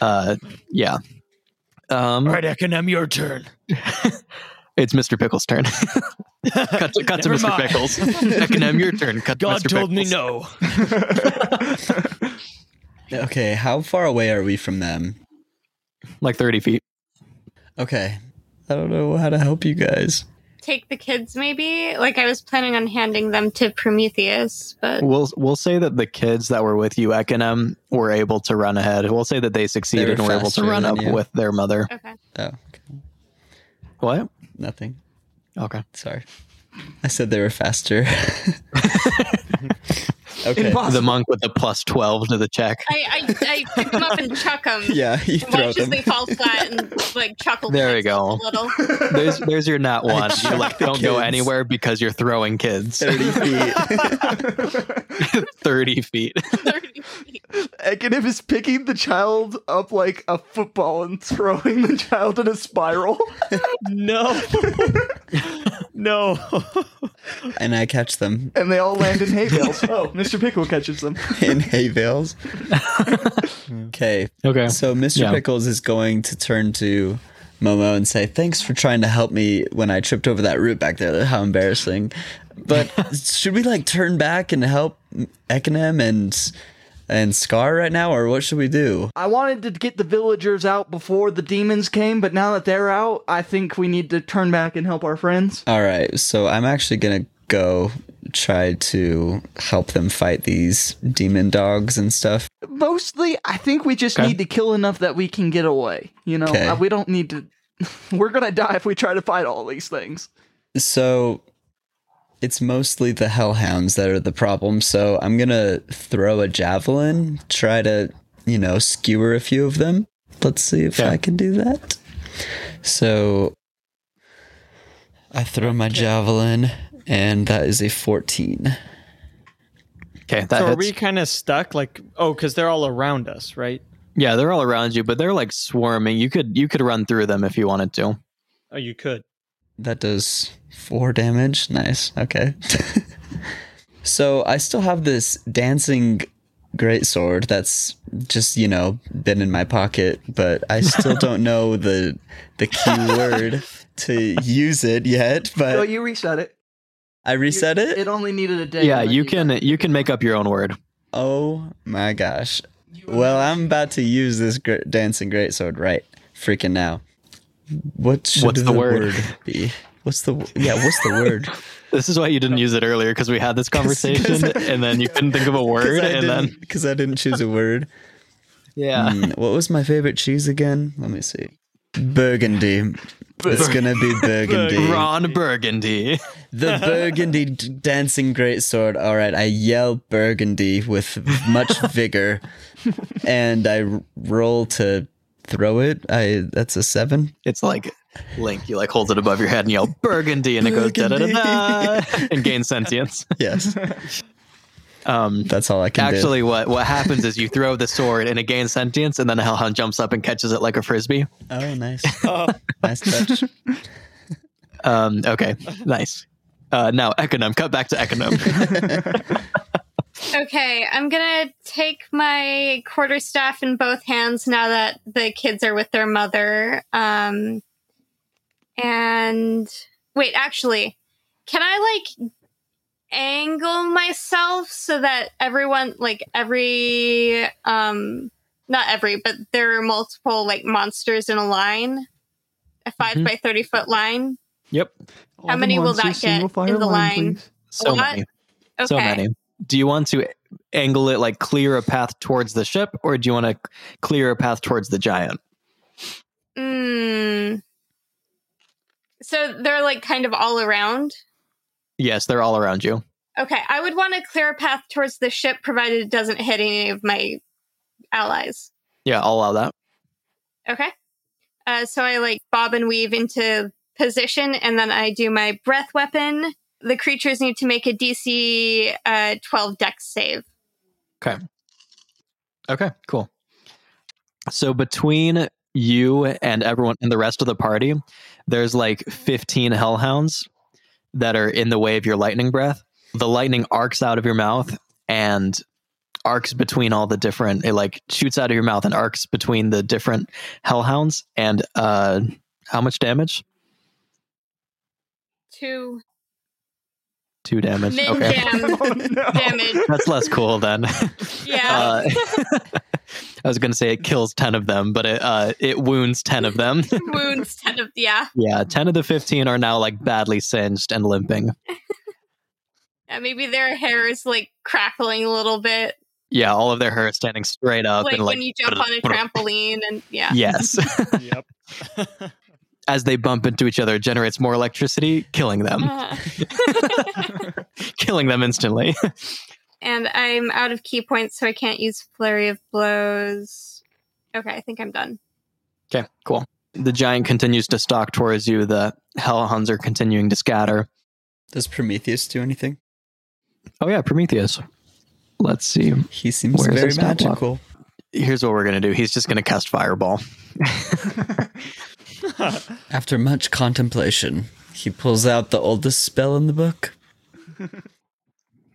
[SPEAKER 1] uh yeah um
[SPEAKER 2] All right, Ekonem, your turn.
[SPEAKER 1] it's mr pickles turn cut to, cut to
[SPEAKER 2] Never
[SPEAKER 1] mr
[SPEAKER 2] mind.
[SPEAKER 1] pickles Ekinem, your turn cut to
[SPEAKER 2] God
[SPEAKER 1] mr.
[SPEAKER 2] told me
[SPEAKER 1] Pickles.
[SPEAKER 2] no.
[SPEAKER 3] Okay, how far away are we from them?
[SPEAKER 1] like 30 feet
[SPEAKER 3] Okay. I don't know how to help you guys.
[SPEAKER 4] Take the kids, maybe? Like, I was planning on handing them to Prometheus, but
[SPEAKER 1] we'll we'll say that the kids that were with you Ekinem, were able to run ahead we'll say that they succeeded
[SPEAKER 3] They were
[SPEAKER 1] and were able to
[SPEAKER 3] faster
[SPEAKER 1] run
[SPEAKER 3] than
[SPEAKER 1] up
[SPEAKER 3] you.
[SPEAKER 1] with their mother
[SPEAKER 4] okay.
[SPEAKER 3] Oh, okay.
[SPEAKER 1] what
[SPEAKER 3] nothing.
[SPEAKER 1] okay
[SPEAKER 3] Sorry. I said they were faster. okay.
[SPEAKER 5] Impossible.
[SPEAKER 1] the monk with the plus 12 to the check
[SPEAKER 4] I, I, I pick them up and chuck them.
[SPEAKER 3] Yeah, you throw
[SPEAKER 4] Watch as
[SPEAKER 3] them.
[SPEAKER 4] they fall flat and like chuckle.
[SPEAKER 1] There
[SPEAKER 4] to
[SPEAKER 1] we go.
[SPEAKER 4] themselves A little.
[SPEAKER 1] There's there's your not one. You like
[SPEAKER 3] the
[SPEAKER 1] don't go
[SPEAKER 3] kids.
[SPEAKER 1] anywhere because you're throwing kids
[SPEAKER 3] 30 feet.
[SPEAKER 1] thirty feet.
[SPEAKER 4] Thirty feet.
[SPEAKER 5] Ekinem is picking the child up like a football and throwing the child in a spiral.
[SPEAKER 2] No. no.
[SPEAKER 3] and I catch them
[SPEAKER 5] and they all land in hay bales. Oh, Mr. Pickle catches them.
[SPEAKER 3] in hay bales. okay.
[SPEAKER 1] Okay.
[SPEAKER 3] So Mr.
[SPEAKER 1] Yeah.
[SPEAKER 3] Pickles is going to turn to Momo and say, "Thanks for trying to help me when I tripped over that root back there. How embarrassing!" But should we like turn back and help Ekinem and and Scar right now, or what should we do?
[SPEAKER 5] I wanted to get the villagers out before the demons came, but now that they're out, I think we need to turn back and help our friends.
[SPEAKER 3] All right. So I'm actually gonna go try to help them fight these demon dogs and stuff?
[SPEAKER 5] Mostly, I think we just
[SPEAKER 1] Okay.
[SPEAKER 5] need to kill enough that we can get away. You know,
[SPEAKER 3] Okay.
[SPEAKER 5] Uh, we don't need to. We're gonna die if we try to fight all these things.
[SPEAKER 3] So it's mostly the hellhounds that are the problem. So I'm going to throw a javelin, try to, you know, skewer a few of them. Let's see if
[SPEAKER 1] Okay.
[SPEAKER 3] I can do that. So I throw my javelin and that is a 14.
[SPEAKER 1] Okay, that
[SPEAKER 2] so are
[SPEAKER 1] hits.
[SPEAKER 2] we kind of stuck? Like, oh, because they're all around us, right?
[SPEAKER 1] yeah, they're all around you, but they're like swarming. You could you could run through them if you wanted to.
[SPEAKER 2] Oh, you could.
[SPEAKER 3] That does 4 damage. Nice. Okay. so I still have this dancing greatsword that's just you know been in my pocket but i still don't know the the key word to use it yet but
[SPEAKER 5] So you reset it.
[SPEAKER 3] i Uh, reset
[SPEAKER 5] You-
[SPEAKER 3] it
[SPEAKER 5] It only needed a day.
[SPEAKER 1] Yeah,
[SPEAKER 5] and then
[SPEAKER 1] you can you can make up your own word.
[SPEAKER 3] oh my gosh well i'm about to use this gr- dancing greatsword right freaking now what should
[SPEAKER 1] What's the word?
[SPEAKER 3] be what's the yeah what's the word
[SPEAKER 1] This is why you didn't use it earlier because we had this
[SPEAKER 3] 'Cause- 'cause
[SPEAKER 1] conversation
[SPEAKER 3] I-
[SPEAKER 1] and then you couldn't think of a word and then
[SPEAKER 3] because I, didn't choose a word
[SPEAKER 1] yeah.
[SPEAKER 3] Mm, what was my favorite cheese again let me see burgundy it's gonna be burgundy
[SPEAKER 1] Ron Burgundy.
[SPEAKER 3] the burgundy d- dancing greatsword all right i yell burgundy with much vigor and i r- roll to throw it i that's a seven
[SPEAKER 1] It's like Link, you like hold it above your head and yell Burgundy and it goes da da da da and gains sentience.
[SPEAKER 3] yes
[SPEAKER 1] Um
[SPEAKER 3] that's all i can do
[SPEAKER 1] Actually, what, what happens is you throw the sword and it gains sentience, and then the hellhound jumps up and catches it like a frisbee.
[SPEAKER 3] oh nice
[SPEAKER 1] Uh,
[SPEAKER 3] nice touch
[SPEAKER 1] Um, okay, nice. Uh, now, Ekonom, cut back to Ekonom.
[SPEAKER 4] Okay, I'm gonna take my quarterstaff in both hands now that the kids are with their mother. Um, and wait, actually, can I like angle myself so that everyone, like every, um, not every, but there are multiple like monsters in a line, a 5
[SPEAKER 1] Mhm.
[SPEAKER 4] by thirty foot line.
[SPEAKER 1] yep,
[SPEAKER 5] All
[SPEAKER 4] How
[SPEAKER 5] the
[SPEAKER 4] many will that
[SPEAKER 5] monsters,
[SPEAKER 4] get
[SPEAKER 5] single
[SPEAKER 4] in
[SPEAKER 5] fire
[SPEAKER 4] the line?
[SPEAKER 5] please.
[SPEAKER 1] so
[SPEAKER 4] What?
[SPEAKER 1] many,
[SPEAKER 4] Okay,
[SPEAKER 1] so many. Do you want to angle it like clear a path towards the ship, or do you want to clear a path towards the giant?
[SPEAKER 4] Mm. So they're like kind of all around.
[SPEAKER 1] Yes, they're all around you.
[SPEAKER 4] Okay, I would want to clear a path towards the ship, provided it doesn't hit any of my allies.
[SPEAKER 1] Yeah, I'll allow that.
[SPEAKER 4] Okay, uh, so I like bob and weave into position, and then I do my breath weapon. The creatures need to make a DC uh, 12 Dex save.
[SPEAKER 1] Okay, cool. So between you and everyone and the rest of the party, there's like 15 hellhounds that are in the way of your lightning breath. The lightning arcs out of your mouth and arcs between all the different it like shoots out of your mouth and arcs between the different hellhounds and uh how much damage?
[SPEAKER 4] Two
[SPEAKER 1] Two damage.
[SPEAKER 4] min
[SPEAKER 1] okay.
[SPEAKER 4] jam
[SPEAKER 5] Oh, no.
[SPEAKER 4] damage.
[SPEAKER 1] That's less cool then.
[SPEAKER 4] Yeah.
[SPEAKER 1] Uh, I was going to say it kills 10 of them, but it uh it wounds 10 of them.
[SPEAKER 4] Wounds 10 of, yeah,
[SPEAKER 1] Yeah, 10 of the 15 are now like badly singed and limping.
[SPEAKER 4] yeah. Maybe their hair is like crackling a little bit.
[SPEAKER 1] Yeah, all of their hair is standing straight up
[SPEAKER 4] like,
[SPEAKER 1] and like
[SPEAKER 4] when you jump on a trampoline and yeah.
[SPEAKER 1] Yes.
[SPEAKER 2] yep.
[SPEAKER 1] As they bump into each other, it generates more electricity, killing them.
[SPEAKER 4] Uh, Uh-huh.
[SPEAKER 1] killing them instantly.
[SPEAKER 4] and I'm out of key points, so I can't use flurry of blows. Okay, I think I'm done.
[SPEAKER 1] okay, cool. The giant continues to stalk towards you. The hellhounds are continuing to scatter.
[SPEAKER 3] does prometheus do anything
[SPEAKER 1] Oh yeah, Prometheus. Let's see.
[SPEAKER 3] he seems
[SPEAKER 1] Where's
[SPEAKER 3] very
[SPEAKER 1] his stat block?
[SPEAKER 3] magical
[SPEAKER 1] Here's what we're going to do. He's just going to cast fireball.
[SPEAKER 3] After much contemplation, he pulls out the oldest spell in the book.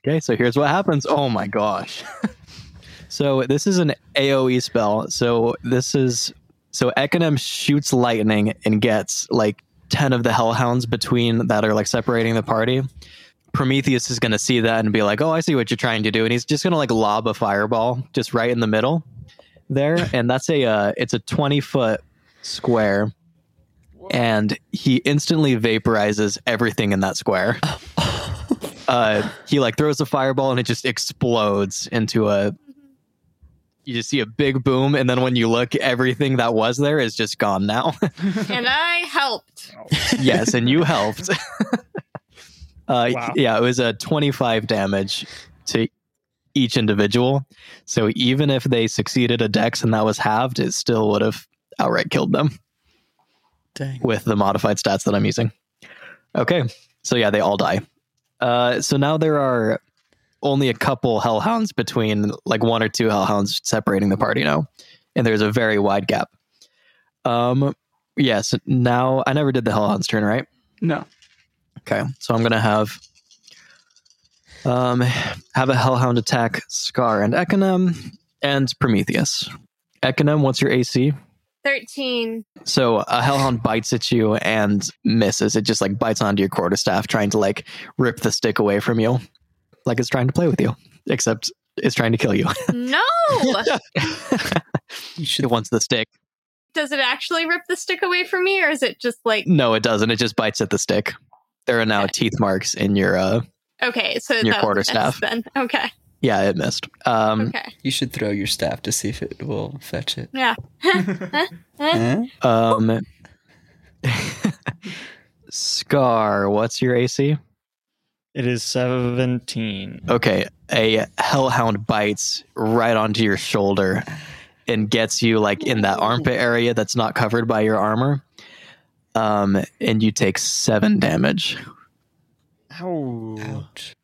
[SPEAKER 1] Okay, so here's what happens. Oh my gosh. so this is an AoE spell. So this is so Ekonom shoots lightning and gets like 10 of the hellhounds between that are like separating the party. Prometheus is going to see that and be like, "Oh, I see what you're trying to do." And he's just going to like lob a fireball just right in the middle there, and that's a uh, it's a 20 foot square. And he instantly vaporizes everything in that square. uh, he like throws a fireball and it just explodes into a. You just see a big boom, and then when you look, everything that was there is just gone now.
[SPEAKER 4] and I helped.
[SPEAKER 1] yes, and you helped. uh,
[SPEAKER 2] Wow.
[SPEAKER 1] Yeah, it was a 25 damage to each individual. So even if they succeeded a dex and that was halved, it still would have outright killed them
[SPEAKER 3] Dang.
[SPEAKER 1] with the modified stats that I'm using. Okay, so yeah, they all die. Uh, so now there are only a couple hellhounds between, like one or two hellhounds separating the party now, and there's a very wide gap. Um, yes, now I never did the hellhounds turn, right?
[SPEAKER 5] No.
[SPEAKER 1] Okay, so I'm gonna have um have a Hellhound attack Scar and Ekonom and Prometheus. Ekonom, what's your AC?
[SPEAKER 4] 13.
[SPEAKER 1] So a Hellhound bites at you and misses. It just like bites onto your quarterstaff, trying to like rip the stick away from you, like it's trying to play with you, except it's trying to kill you.
[SPEAKER 4] No!
[SPEAKER 3] You
[SPEAKER 1] it
[SPEAKER 3] should
[SPEAKER 1] wants the stick.
[SPEAKER 4] Does it actually rip the stick away from me, or is it just like,
[SPEAKER 1] No, it doesn't. It just bites at the stick. There are now teeth marks in your uh
[SPEAKER 4] okay, so
[SPEAKER 1] Your
[SPEAKER 4] that
[SPEAKER 1] quarterstaff.
[SPEAKER 4] quarterstaff then? Okay,
[SPEAKER 1] yeah, it missed. Um
[SPEAKER 4] okay,
[SPEAKER 3] you should throw your staff to see if it will fetch it.
[SPEAKER 4] yeah.
[SPEAKER 3] Huh?
[SPEAKER 1] Um, Scar, what's your AC?
[SPEAKER 2] It is 17.
[SPEAKER 1] Okay, a hellhound bites right onto your shoulder and gets you like in that armpit area that's not covered by your armor. Um, and you take seven damage.
[SPEAKER 2] Oh. Ow.
[SPEAKER 3] Ouch.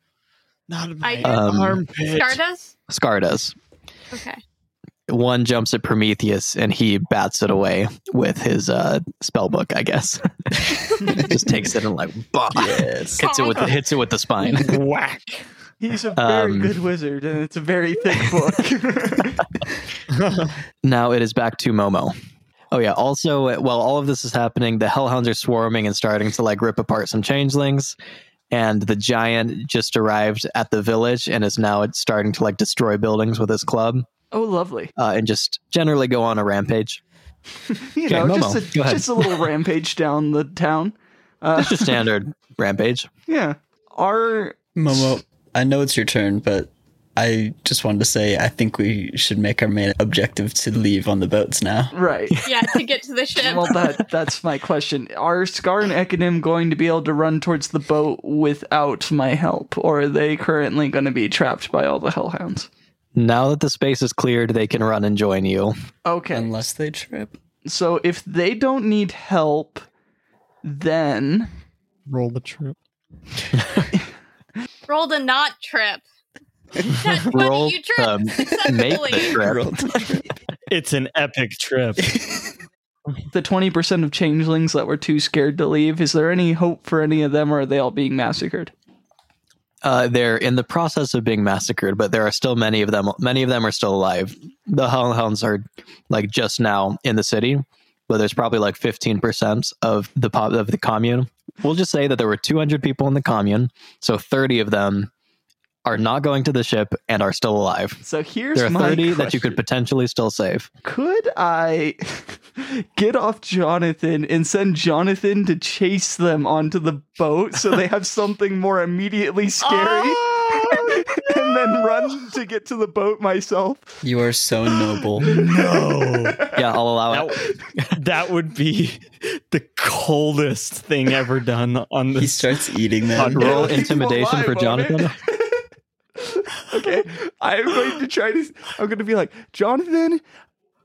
[SPEAKER 2] Not my
[SPEAKER 4] I-
[SPEAKER 1] Um,
[SPEAKER 2] armpit.
[SPEAKER 4] Scar does?
[SPEAKER 1] Scar does.
[SPEAKER 4] Okay.
[SPEAKER 1] One jumps at Prometheus and he bats it away with his uh, spell book, I guess. Just takes it and like bah,
[SPEAKER 3] Yes.
[SPEAKER 1] hits it with the, hits it with the spine.
[SPEAKER 2] Whack.
[SPEAKER 5] He's a very
[SPEAKER 1] Um,
[SPEAKER 5] good wizard, and it's a very thick book.
[SPEAKER 1] Now it is back to Momo. Oh yeah. Also, while all of this is happening, the hellhounds are swarming and starting to like rip apart some changelings, and the giant just arrived at the village and is now starting to like destroy buildings with his club
[SPEAKER 5] oh, lovely.
[SPEAKER 1] uh, and just generally go on a rampage.
[SPEAKER 5] You
[SPEAKER 1] Okay,
[SPEAKER 5] know,
[SPEAKER 1] Momo,
[SPEAKER 5] just
[SPEAKER 1] go
[SPEAKER 5] a,
[SPEAKER 1] ahead.
[SPEAKER 5] just a little rampage down the town. Uh,
[SPEAKER 1] It's just standard rampage.
[SPEAKER 5] yeah. Our
[SPEAKER 3] Momo, I know it's your turn, but I just wanted to say I think we should make our main objective to leave on the boats now.
[SPEAKER 5] right.
[SPEAKER 4] Yeah, to get to the ship.
[SPEAKER 5] Well, that that's my question. Are Scar and Ekonim going to be able to run towards the boat without my help, or are they currently going to be trapped by all the hellhounds?
[SPEAKER 1] Now that the space is cleared, they can run and join you.
[SPEAKER 5] Okay.
[SPEAKER 3] Unless they trip.
[SPEAKER 5] so if they don't need help, then
[SPEAKER 2] Roll the trip.
[SPEAKER 4] Rolled a not trip. That's funny,
[SPEAKER 1] Roll
[SPEAKER 4] you tripped
[SPEAKER 1] um, make the
[SPEAKER 4] successfully.
[SPEAKER 1] trip.
[SPEAKER 3] Roll the trip.
[SPEAKER 2] It's an epic trip.
[SPEAKER 5] the twenty percent of changelings that were too scared to leave, is there any hope for any of them, or are they all being massacred?
[SPEAKER 1] Uh, they're in the process of being massacred, but there are still many of them. Many of them are still alive. The Hellhounds are like just now in the city, but there's probably like 15% of the pop of the commune. We'll just say that there were 200 people in the commune, so 30 of them are not going to the ship and are still alive.
[SPEAKER 5] So here's
[SPEAKER 1] There are
[SPEAKER 5] my
[SPEAKER 1] 30 that you
[SPEAKER 5] question.
[SPEAKER 1] could potentially still save.
[SPEAKER 5] Could I get off Jonathan and send Jonathan to chase them onto the boat so they have something more immediately scary?
[SPEAKER 1] Oh,
[SPEAKER 5] and then run to get to the boat myself.
[SPEAKER 3] You are so noble.
[SPEAKER 2] no.
[SPEAKER 1] Yeah, I'll allow it.
[SPEAKER 2] That, that would be the coldest thing ever done on
[SPEAKER 3] He
[SPEAKER 2] this.
[SPEAKER 3] starts eating them.
[SPEAKER 1] Unreal. Roll
[SPEAKER 5] It'll keep
[SPEAKER 1] intimidation
[SPEAKER 5] alive,
[SPEAKER 1] for
[SPEAKER 5] won't it?
[SPEAKER 1] Jonathan.
[SPEAKER 5] okay, I'm going to try to. I'm going to be like Jonathan.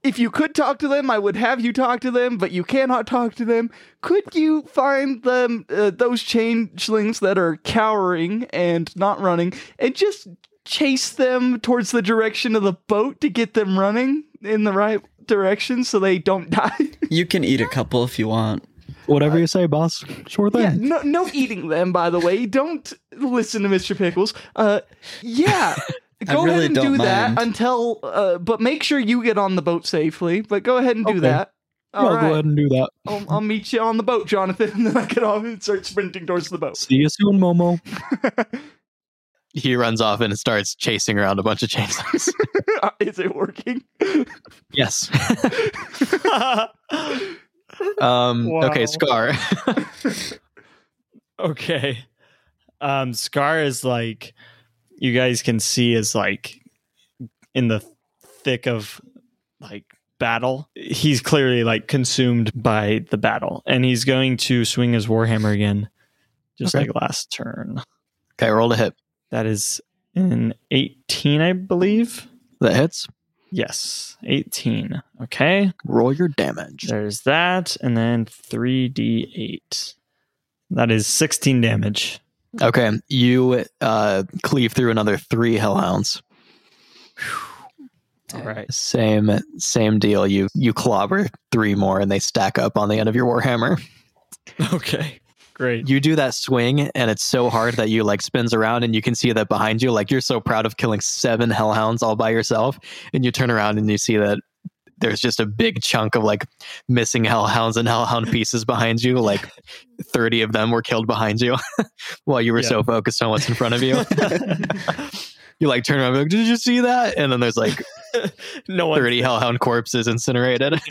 [SPEAKER 5] If you could talk to them, I would have you talk to them, but you cannot talk to them. Could you find them, uh, those changelings that are cowering and not running, and just chase them towards the direction of the boat to get them running in the right direction so they don't die?
[SPEAKER 3] You can eat a couple if you want.
[SPEAKER 1] Whatever you say, boss. Sure
[SPEAKER 5] Yeah,
[SPEAKER 1] thing.
[SPEAKER 5] no, no eating them. By the way, don't listen to Mr. Pickles. Uh, yeah,
[SPEAKER 3] I
[SPEAKER 5] go ahead
[SPEAKER 3] really
[SPEAKER 5] and do
[SPEAKER 3] don't
[SPEAKER 5] that
[SPEAKER 3] mind.
[SPEAKER 5] until. Uh, but make sure you get on the boat safely. But go ahead and do
[SPEAKER 1] Okay.
[SPEAKER 5] that. All
[SPEAKER 1] I'll
[SPEAKER 5] right.
[SPEAKER 1] go ahead and do that.
[SPEAKER 5] I'll, I'll meet you on the boat, Jonathan. And then I get off and start sprinting towards the boat.
[SPEAKER 1] See you soon, Momo. he runs off and starts chasing around a bunch of chainsaws.
[SPEAKER 5] Uh, Is it working?
[SPEAKER 1] yes.
[SPEAKER 2] That-
[SPEAKER 1] Um,
[SPEAKER 2] Wow.
[SPEAKER 1] Okay, Scar.
[SPEAKER 2] okay. Um, Scar is like, you guys can see is like in the thick of like battle. He's clearly like consumed by the battle, and he's going to swing his warhammer again, just
[SPEAKER 1] Okay.
[SPEAKER 2] like last turn.
[SPEAKER 1] Okay, roll to hit.
[SPEAKER 2] That is an eighteen, I believe.
[SPEAKER 1] That hits.
[SPEAKER 2] Yes, eighteen. Okay.
[SPEAKER 1] Roll your damage.
[SPEAKER 2] There's that, and then 3d8. That is 16 damage.
[SPEAKER 1] Okay, you uh, cleave through another three hellhounds.
[SPEAKER 2] All right.
[SPEAKER 1] Same same deal. You you clobber three more, and they stack up on the end of your warhammer.
[SPEAKER 2] Okay. Great.
[SPEAKER 1] You do that swing, and it's so hard that you like spins around, and you can see that behind you. Like you're so proud of killing seven hellhounds all by yourself, and you turn around and you see that there's just a big chunk of like missing hellhounds and hellhound pieces behind you. Like thirty of them were killed behind you, while you were
[SPEAKER 2] Yeah.
[SPEAKER 1] so focused on what's in front of you. you like turn around, and be like, did you see that? And then there's like
[SPEAKER 2] no one.
[SPEAKER 1] 30 hellhound corpses incinerated.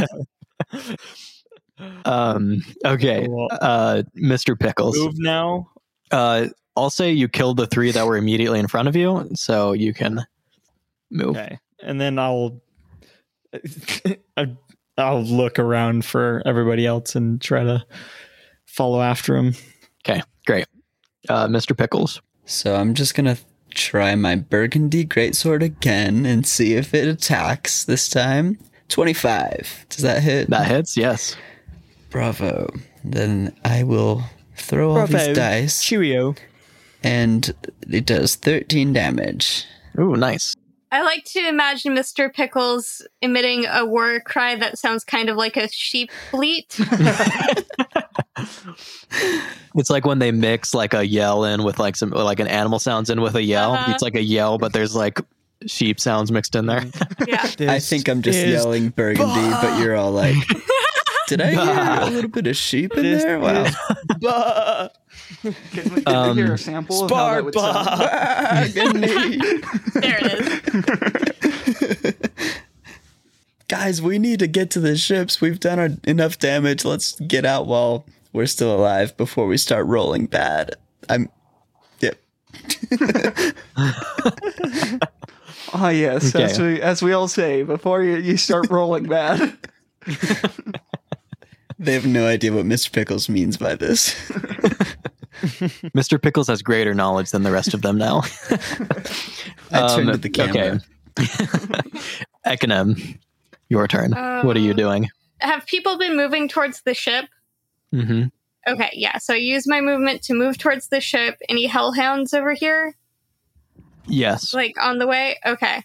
[SPEAKER 1] um, okay.
[SPEAKER 2] Cool.
[SPEAKER 1] Uh, Mr. Pickles.
[SPEAKER 2] Move now.
[SPEAKER 1] Uh, I'll say you killed the three that were immediately in front of you, so you can move.
[SPEAKER 2] Okay. And then I'll. I- I'll look around for everybody else and try to follow after him.
[SPEAKER 1] Uh, Mr. Pickles.
[SPEAKER 3] So I'm just gonna try my burgundy greatsword again and see if it attacks this time. 25. Does that hit?
[SPEAKER 1] That hits, yes.
[SPEAKER 3] Bravo. Then I will throw all
[SPEAKER 2] Bravo.
[SPEAKER 3] these dice
[SPEAKER 2] Cheerio.
[SPEAKER 3] and it does 13 damage.
[SPEAKER 1] Ooh, nice.
[SPEAKER 4] I like to imagine Mr. Pickles emitting a war cry that sounds kind of like a sheep bleat.
[SPEAKER 1] It's like when they mix like a yell in with like some like an animal sounds in with a yell.
[SPEAKER 4] Uh-huh.
[SPEAKER 1] It's like a yell, but there's like sheep sounds mixed in there.
[SPEAKER 3] Mm-hmm.
[SPEAKER 4] yeah.
[SPEAKER 3] I think I'm just yelling burgundy, but you're all like, did I hear a little bit of sheep in
[SPEAKER 2] This
[SPEAKER 3] there? Wow.
[SPEAKER 2] Bah.
[SPEAKER 5] Can we,
[SPEAKER 1] Um,
[SPEAKER 5] hear a sample of how that would sound?
[SPEAKER 2] Bah.
[SPEAKER 3] Ah, goodness.
[SPEAKER 4] There it is.
[SPEAKER 3] Guys, we need to get to the ships. We've done our, enough damage. Let's get out while we're still alive before we start rolling bad. I'm. Yep.
[SPEAKER 5] Ah, yes.
[SPEAKER 1] Okay.
[SPEAKER 5] As we as we all say, before you, you start rolling bad.
[SPEAKER 3] They have no idea what Mr. Pickles means by this.
[SPEAKER 1] Mr. Pickles has greater knowledge than the rest of them now.
[SPEAKER 3] I turned
[SPEAKER 1] Um,
[SPEAKER 3] to the camera.
[SPEAKER 1] Ekinem, your turn. what are you
[SPEAKER 4] Um,
[SPEAKER 1] doing?
[SPEAKER 4] Have people been moving towards the ship?
[SPEAKER 1] Mm-hmm.
[SPEAKER 4] Okay, yeah. So I use my movement to move towards the ship. Any hellhounds over here?
[SPEAKER 1] Yes.
[SPEAKER 4] Like on the way? Okay.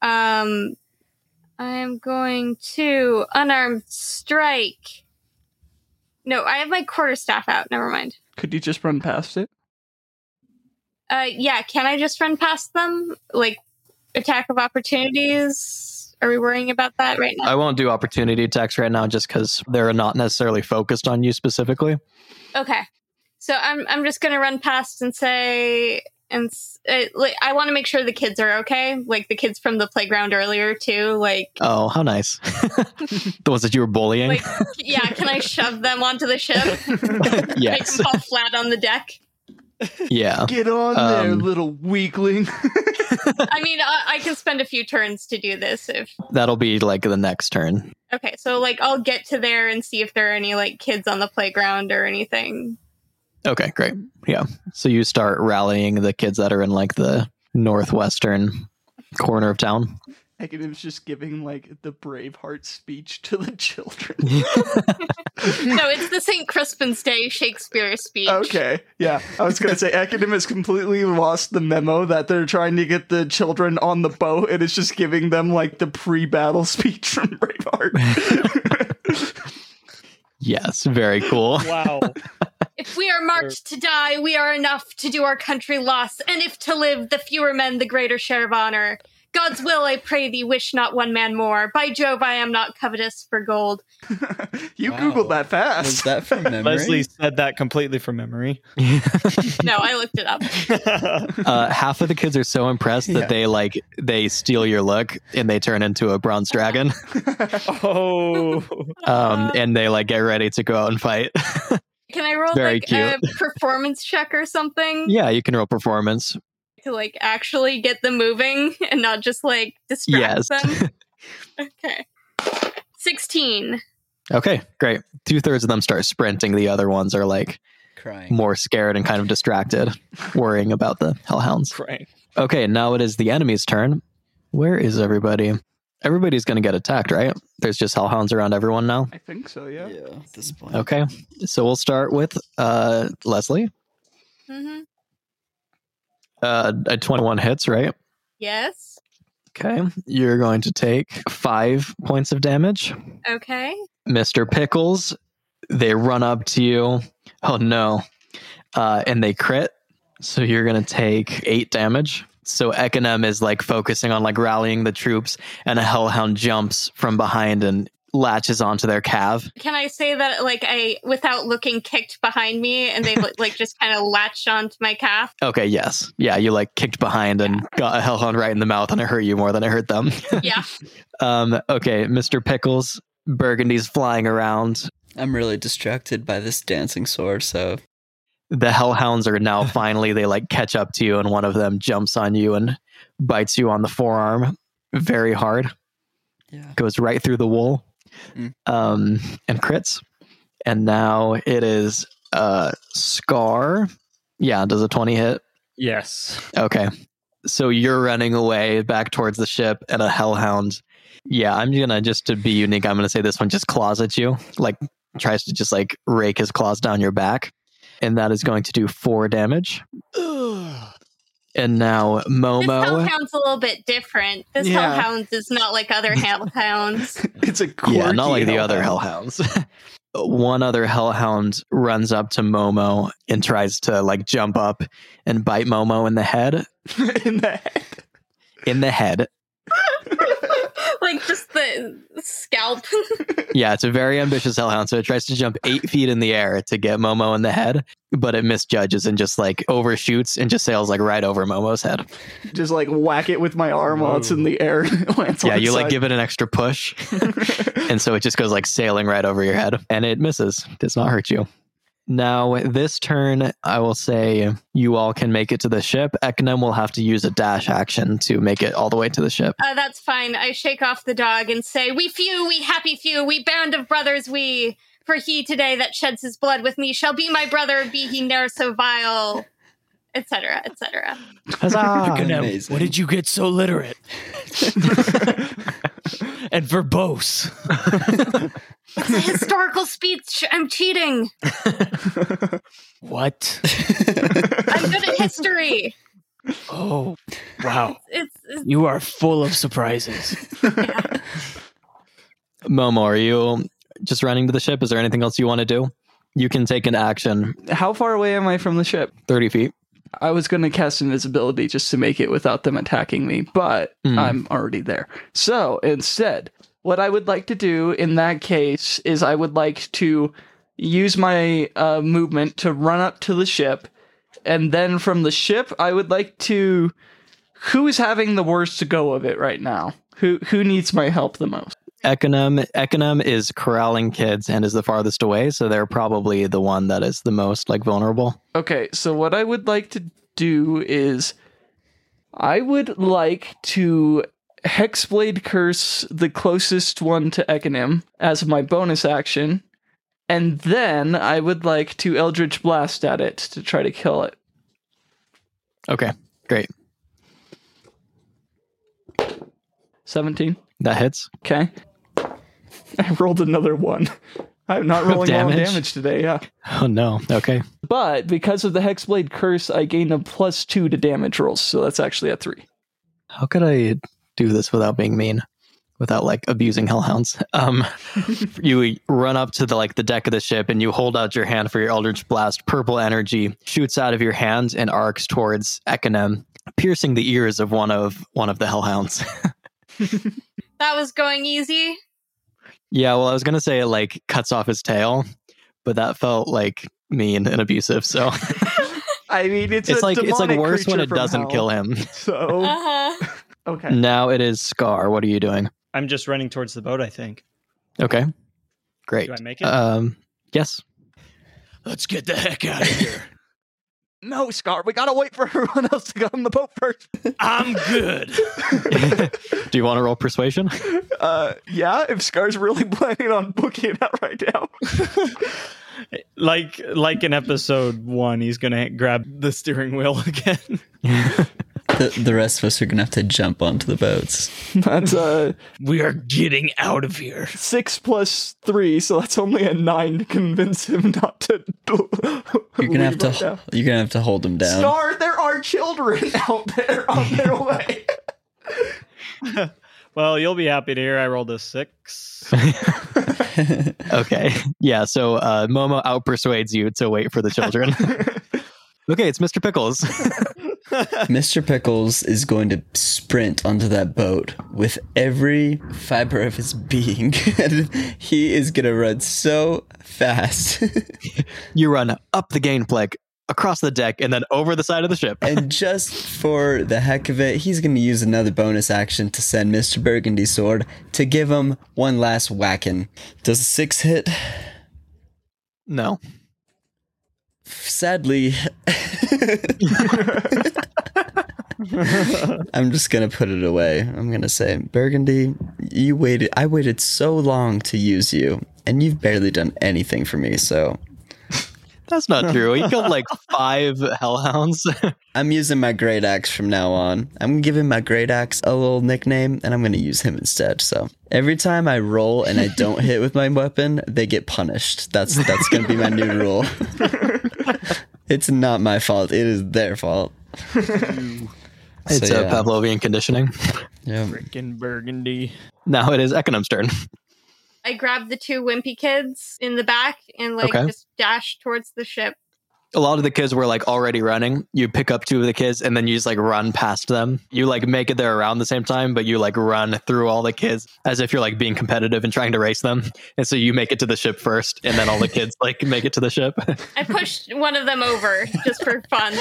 [SPEAKER 4] Um I'm going to unarmed strike. No, I have my quarterstaff out. Never mind.
[SPEAKER 5] Could you just run past it?
[SPEAKER 4] Uh yeah, can I just run past them? Like attack of opportunities? Are we worrying about that right now?
[SPEAKER 1] I won't do opportunity attacks right now just because they're not necessarily focused on you specifically.
[SPEAKER 4] Okay. So I'm I'm just gonna run past and say and s- uh, like, I want to make sure the kids are okay, like the kids from the playground earlier too. Like,
[SPEAKER 1] Oh, how nice. the ones that you were bullying?
[SPEAKER 4] like yeah, can I shove them onto the ship? Make
[SPEAKER 1] yes.
[SPEAKER 4] them fall flat on the deck.
[SPEAKER 1] yeah.
[SPEAKER 5] Get on there,
[SPEAKER 1] Um,
[SPEAKER 5] little weakling.
[SPEAKER 4] I mean, I, I can spend a few turns to do this if
[SPEAKER 1] That'll be like the next turn.
[SPEAKER 4] okay. So like I'll get to there and see if there are any like kids on the playground or anything.
[SPEAKER 1] Okay, great. Yeah. So you start rallying the kids that are in like the northwestern corner of town.
[SPEAKER 5] Ekadim's just giving like the Braveheart speech to the children.
[SPEAKER 4] No, it's the St. Crispin's Day Shakespeare speech.
[SPEAKER 5] Okay, yeah. I was gonna say Ekadem has completely lost the memo that they're trying to get the children on the boat, and it's just giving them like the pre-battle speech from Braveheart.
[SPEAKER 1] Yes, very cool.
[SPEAKER 2] Wow.
[SPEAKER 4] If we are marked to die, we are enough to do our country loss, and if to live, the fewer men, the greater share of honor. God's will, I pray thee, wish not one man more. By Jove, I am not covetous for gold.
[SPEAKER 5] you
[SPEAKER 3] Wow.
[SPEAKER 5] googled that
[SPEAKER 3] Was
[SPEAKER 5] fast.
[SPEAKER 3] that from memory?
[SPEAKER 2] Leslie said that completely from memory.
[SPEAKER 4] No, I looked it up.
[SPEAKER 1] Uh, half of the kids are so impressed that
[SPEAKER 3] Yeah.
[SPEAKER 1] they like they steal your look and they turn into a bronze dragon.
[SPEAKER 2] oh.
[SPEAKER 1] Um, and they like get ready to go out and fight.
[SPEAKER 4] Can Can I roll
[SPEAKER 1] Very
[SPEAKER 4] like a performance check or something
[SPEAKER 1] Yeah, you can roll performance.
[SPEAKER 4] to like actually get them moving and not just like distract
[SPEAKER 1] Yes.
[SPEAKER 4] them? Okay. 16.
[SPEAKER 1] Okay, great. Two thirds of them start sprinting. The other ones are like
[SPEAKER 3] Crying.
[SPEAKER 1] more scared and kind of distracted, worrying about the hellhounds.
[SPEAKER 2] Right.
[SPEAKER 1] Okay, now it is the enemy's turn. Where is everybody? Everybody's going to get attacked, right? There's just hellhounds around everyone now.
[SPEAKER 5] I think so, yeah.
[SPEAKER 3] at this point.
[SPEAKER 1] Okay, so we'll start with uh, Leslie.
[SPEAKER 4] Mm-hmm.
[SPEAKER 1] Uh, a 21 hits, right?
[SPEAKER 4] Yes.
[SPEAKER 1] Okay, you're going to take five points of damage.
[SPEAKER 4] Okay.
[SPEAKER 1] Mr. Pickles, they run up to you. Oh no. Uh, and they crit. So you're going to take eight damage. So Ekonem is like focusing on like rallying the troops, and a hellhound jumps from behind and latches onto their calf.
[SPEAKER 4] Can I say that like I without looking kicked behind me and they like just kind of latched onto my calf?
[SPEAKER 1] Okay, yes. Yeah, you like kicked behind and got a hellhound right in the mouth, and it hurt you more than it hurt them.
[SPEAKER 4] Yeah.
[SPEAKER 1] um, okay, Mr. Pickles, Burgundy's flying around.
[SPEAKER 3] I'm really distracted by this dancing sword, so
[SPEAKER 1] the hellhounds are now finally they like catch up to you and one of them jumps on you and bites you on the forearm very hard
[SPEAKER 3] yeah.
[SPEAKER 1] goes right through the wool
[SPEAKER 3] Mm.
[SPEAKER 1] um and crits and now it is uh scar yeah does a 20 hit
[SPEAKER 2] Yes.
[SPEAKER 1] okay so you're running away back towards the ship and a hellhound yeah i'm gonna just to be unique i'm gonna say this one just claws at you like tries to just like rake his claws down your back and that is going to do four damage And now
[SPEAKER 4] This
[SPEAKER 1] Momo.
[SPEAKER 4] hellhound's a little bit different. This
[SPEAKER 5] Yeah.
[SPEAKER 4] hellhound is not like other hellhounds.
[SPEAKER 5] It's a quirky
[SPEAKER 1] Yeah, not like the other
[SPEAKER 5] hellhound.
[SPEAKER 1] hellhounds. One other hellhound runs up to Momo and tries to like jump up and bite Momo in the head.
[SPEAKER 5] in the head.
[SPEAKER 1] In the head.
[SPEAKER 4] like just the scalp.
[SPEAKER 1] Yeah, it's a very ambitious hellhound. So it tries to jump eight feet in the air to get Momo in the head, but it misjudges and just like overshoots and just sails like right over Momo's head.
[SPEAKER 5] Just like whack it with my arm while it's in the air. It lands
[SPEAKER 1] Yeah,
[SPEAKER 5] on
[SPEAKER 1] you
[SPEAKER 5] its
[SPEAKER 1] like
[SPEAKER 5] side.
[SPEAKER 1] give it an extra push. and so it just goes like sailing right over your head and it misses. Does not hurt you. Now, this turn, I will say you all can make it to the ship. Eknum will have to use a dash action to make it all the way to the ship.
[SPEAKER 4] Uh, that's fine. I shake off the dog and say, We few, we happy few, we band of brothers, we. For he today that sheds his blood with me shall be my brother, be he ne'er so vile, etc., etc.
[SPEAKER 1] Huzzah!
[SPEAKER 3] Amazing.
[SPEAKER 2] What did you get so literate? and verbose.
[SPEAKER 4] It's a historical speech. I'm cheating.
[SPEAKER 2] What?
[SPEAKER 4] I'm good at history.
[SPEAKER 2] Oh, wow.
[SPEAKER 4] It's, it's
[SPEAKER 2] You are full of surprises.
[SPEAKER 1] Momo, are you just running to the ship? Is there anything else you want to do? You can take an action
[SPEAKER 5] How far away am I from the ship?
[SPEAKER 1] 30 feet.
[SPEAKER 5] I was going to cast invisibility just to make it without them attacking me, but
[SPEAKER 1] Mhm.
[SPEAKER 5] I'm already there. So instead, what I would like to do in that case is I would like to use my uh, movement to run up to the ship, and then from the ship, I would like to. Who is having the worst to go of it right now? Who who needs my help the most?
[SPEAKER 1] Ekonom Ekonom is corralling kids and is the farthest away, so they're probably the one that is the most like vulnerable.
[SPEAKER 5] Okay, so what I would like to do is I would like to Hexblade Curse the closest one to Ekonim as my bonus action, and then I would like to Eldritch Blast at it to try to kill it.
[SPEAKER 1] Okay, great.
[SPEAKER 5] 17.
[SPEAKER 1] That hits.
[SPEAKER 5] Okay. I rolled another one. I'm not rolling all
[SPEAKER 1] Damage.
[SPEAKER 5] damage today, yeah.
[SPEAKER 1] Oh no. Okay.
[SPEAKER 5] But because of the Hexblade Curse, I gain a plus two to damage rolls, so that's actually a three.
[SPEAKER 1] How could I do this without being mean? Without like abusing hellhounds. Um you run up to the like the deck of the ship and you hold out your hand for your Eldritch Blast. Purple energy shoots out of your hand and arcs towards Ekonem, piercing the ears of one of one of the hellhounds.
[SPEAKER 4] that was going easy.
[SPEAKER 1] Yeah, well, I was gonna say it like cuts off his tail, but that felt like mean and abusive. So
[SPEAKER 5] I mean, it's,
[SPEAKER 1] it's, like it's like worse when it doesn't kill him.
[SPEAKER 5] So
[SPEAKER 4] Uh huh.
[SPEAKER 5] okay,
[SPEAKER 1] Now it is Scar. What are you doing?
[SPEAKER 2] I'm just running towards the boat, I think.
[SPEAKER 1] Okay, great.
[SPEAKER 2] Do I make it?
[SPEAKER 1] Um, yes.
[SPEAKER 2] Let's get the heck out of here.
[SPEAKER 5] No, Scar, we gotta wait for everyone else to get on the boat first.
[SPEAKER 2] I'm good.
[SPEAKER 1] Do you want to roll persuasion?
[SPEAKER 5] Uh, yeah, if Scar's really planning on booking it out right now.
[SPEAKER 2] like like in episode one, he's gonna grab the steering wheel again.
[SPEAKER 3] The, the rest of us are gonna have to jump onto the boats.
[SPEAKER 5] That's uh
[SPEAKER 2] We are getting out of here.
[SPEAKER 5] six plus three, so that's only a nine to convince him not to.
[SPEAKER 3] You're gonna have to. You're gonna have to hold them down.
[SPEAKER 5] Scar, there are children out there on their way.
[SPEAKER 2] Well, you'll be happy to hear I rolled a six.
[SPEAKER 1] Okay. Yeah. So uh, Momo out persuades you to wait for the children. okay. It's Mr. Pickles.
[SPEAKER 3] Mr. Pickles is going to sprint onto that boat with every fiber of his being. And he is going to run so fast
[SPEAKER 1] you run up the gangplank, across the deck, and then over the side of the ship.
[SPEAKER 3] and just for the heck of it, he's going to use another bonus action to send Mr. Burgundy Sword to give him one last whacking. Does a six hit?
[SPEAKER 1] No.
[SPEAKER 3] Sadly, I'm just gonna put it away. I'm gonna say, Burgundy, you waited. I waited so long to use you, and you've barely done anything for me. So
[SPEAKER 1] That's not true. He killed like five hellhounds.
[SPEAKER 3] I'm using my great axe from now on. I'm giving my great axe a little nickname, and I'm gonna use him instead. So every time I roll and I don't hit with my weapon, they get punished. That's that's gonna be my new rule. it's not my fault. It is their fault.
[SPEAKER 1] it's
[SPEAKER 3] So,
[SPEAKER 1] a
[SPEAKER 3] yeah.
[SPEAKER 1] Pavlovian conditioning.
[SPEAKER 3] Yeah.
[SPEAKER 2] Freaking burgundy.
[SPEAKER 1] Now it is Econom's turn.
[SPEAKER 4] I grab the two wimpy kids in the back and like
[SPEAKER 1] Okay.
[SPEAKER 4] just dash towards the ship.
[SPEAKER 1] a lot of the kids were like already running. You pick up two of the kids and then you just like run past them. You like make it there around the same time, but you like run through all the kids as if you're like being competitive and trying to race them. And so you make it to the ship first and then all the kids like make it to the ship.
[SPEAKER 4] I pushed one of them over just for fun.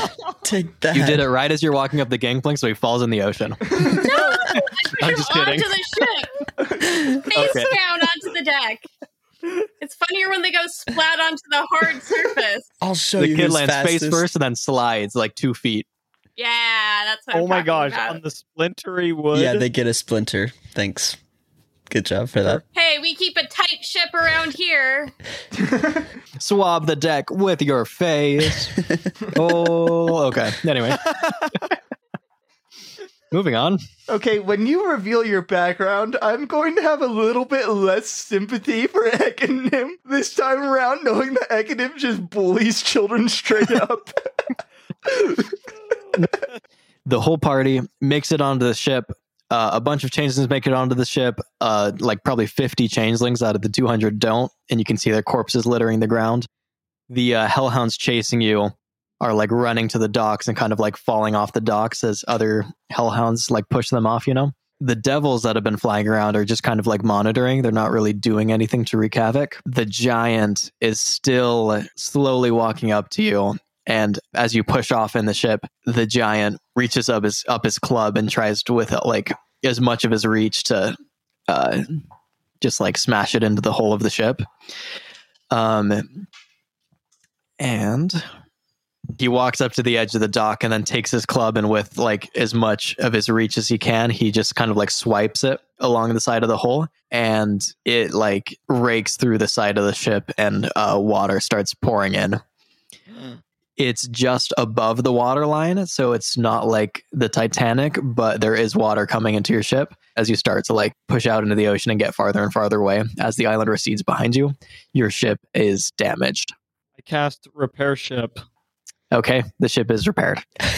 [SPEAKER 3] Take that.
[SPEAKER 1] You did it right as you're walking up the gangplank, so he falls in the ocean.
[SPEAKER 4] Push
[SPEAKER 1] I'm
[SPEAKER 4] him
[SPEAKER 1] just
[SPEAKER 4] onto
[SPEAKER 1] kidding.
[SPEAKER 4] the ship. Face
[SPEAKER 1] Okay.
[SPEAKER 4] down onto the deck. It's funnier when they go splat onto the hard surface.
[SPEAKER 3] I'll show
[SPEAKER 1] the
[SPEAKER 3] you
[SPEAKER 1] kid
[SPEAKER 3] who's
[SPEAKER 1] lands
[SPEAKER 3] fastest.
[SPEAKER 1] face first and then slides like two feet.
[SPEAKER 4] Yeah, that's what I'm
[SPEAKER 2] Oh my
[SPEAKER 4] talking
[SPEAKER 2] gosh,
[SPEAKER 4] about.
[SPEAKER 2] on the splintery wood.
[SPEAKER 3] Yeah, they get a splinter. Thanks. Good job for that.
[SPEAKER 4] hey, we keep a tight ship around here.
[SPEAKER 1] Swab the deck with your face. oh, okay. Anyway. Moving on.
[SPEAKER 5] Okay, when you reveal your background, I'm going to have a little bit less sympathy for Econym this time around, knowing that Econym just bullies children straight up.
[SPEAKER 1] the whole party makes it onto the ship. Uh, a bunch of changelings make it onto the ship. Uh, like probably fifty changelings out of the two hundred don't, and you can see their corpses littering the ground. The uh, hellhounds chasing you are like running to the docks and kind of like falling off the docks as other hellhounds like push them off. You know, the devils that have been flying around are just kind of like monitoring. They're not really doing anything to wreak havoc. The giant is still slowly walking up to you and as you push off in the ship, the giant reaches up his up his club and tries to with like as much of his reach to uh, just like smash it into the hull of the ship. Um, and he walks up to the edge of the dock and then takes his club and with like as much of his reach as he can, he just kind of like swipes it along the side of the hull and it like rakes through the side of the ship and uh, water starts pouring in it's just above the water line so it's not like the titanic but there is water coming into your ship as you start to like push out into the ocean and get farther and farther away as the island recedes behind you your ship is damaged
[SPEAKER 2] I cast repair ship.
[SPEAKER 1] okay the ship is repaired
[SPEAKER 2] I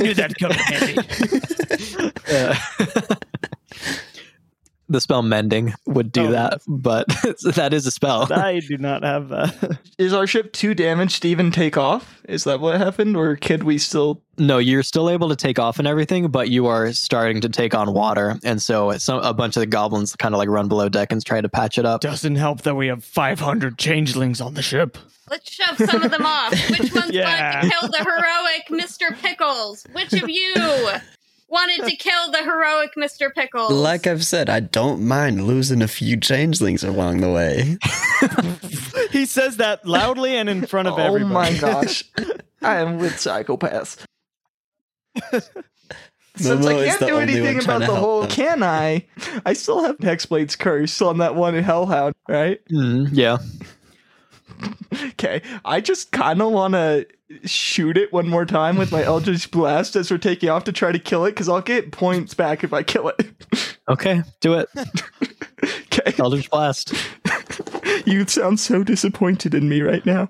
[SPEAKER 2] knew that coming handy.
[SPEAKER 1] the spell mending would do
[SPEAKER 2] Oh.
[SPEAKER 1] that but that is a spell
[SPEAKER 2] I do not have that.
[SPEAKER 5] Is our ship too damaged to even take off? Is that what happened, or could we still?
[SPEAKER 1] No, you're still able to take off and everything, but you are starting to take on water, and so some a bunch of the goblins kind of like run below deck and try to patch it up.
[SPEAKER 2] Doesn't help that we have 500 changelings on the ship.
[SPEAKER 4] Let's shove some of them off. Which one's
[SPEAKER 2] Yeah.
[SPEAKER 4] going to kill the heroic Mr. Pickles? Which of you? wanted to kill the heroic Mr. Pickles.
[SPEAKER 3] Like I've said, I don't mind losing a few changelings along the way.
[SPEAKER 2] he says that loudly and in front of
[SPEAKER 5] oh
[SPEAKER 2] everybody.
[SPEAKER 5] my gosh. I am with psychopaths. Since
[SPEAKER 3] Momo
[SPEAKER 5] I
[SPEAKER 3] is
[SPEAKER 5] can't
[SPEAKER 3] the only
[SPEAKER 5] do
[SPEAKER 3] one
[SPEAKER 5] anything
[SPEAKER 3] trying
[SPEAKER 5] about
[SPEAKER 3] to
[SPEAKER 5] the
[SPEAKER 3] help
[SPEAKER 5] whole,
[SPEAKER 3] them.
[SPEAKER 5] can I? I still have Hexblade's curse on that one Hellhound, right?
[SPEAKER 1] Mm, yeah.
[SPEAKER 5] Okay, I just kind of want to shoot it one more time with my Eldritch Blast as we're taking off to try to kill it, because I'll get points back if I kill it.
[SPEAKER 1] Okay, do it.
[SPEAKER 5] okay,
[SPEAKER 3] Oh.
[SPEAKER 1] Eldritch Blast.
[SPEAKER 5] you sound so disappointed in me right now.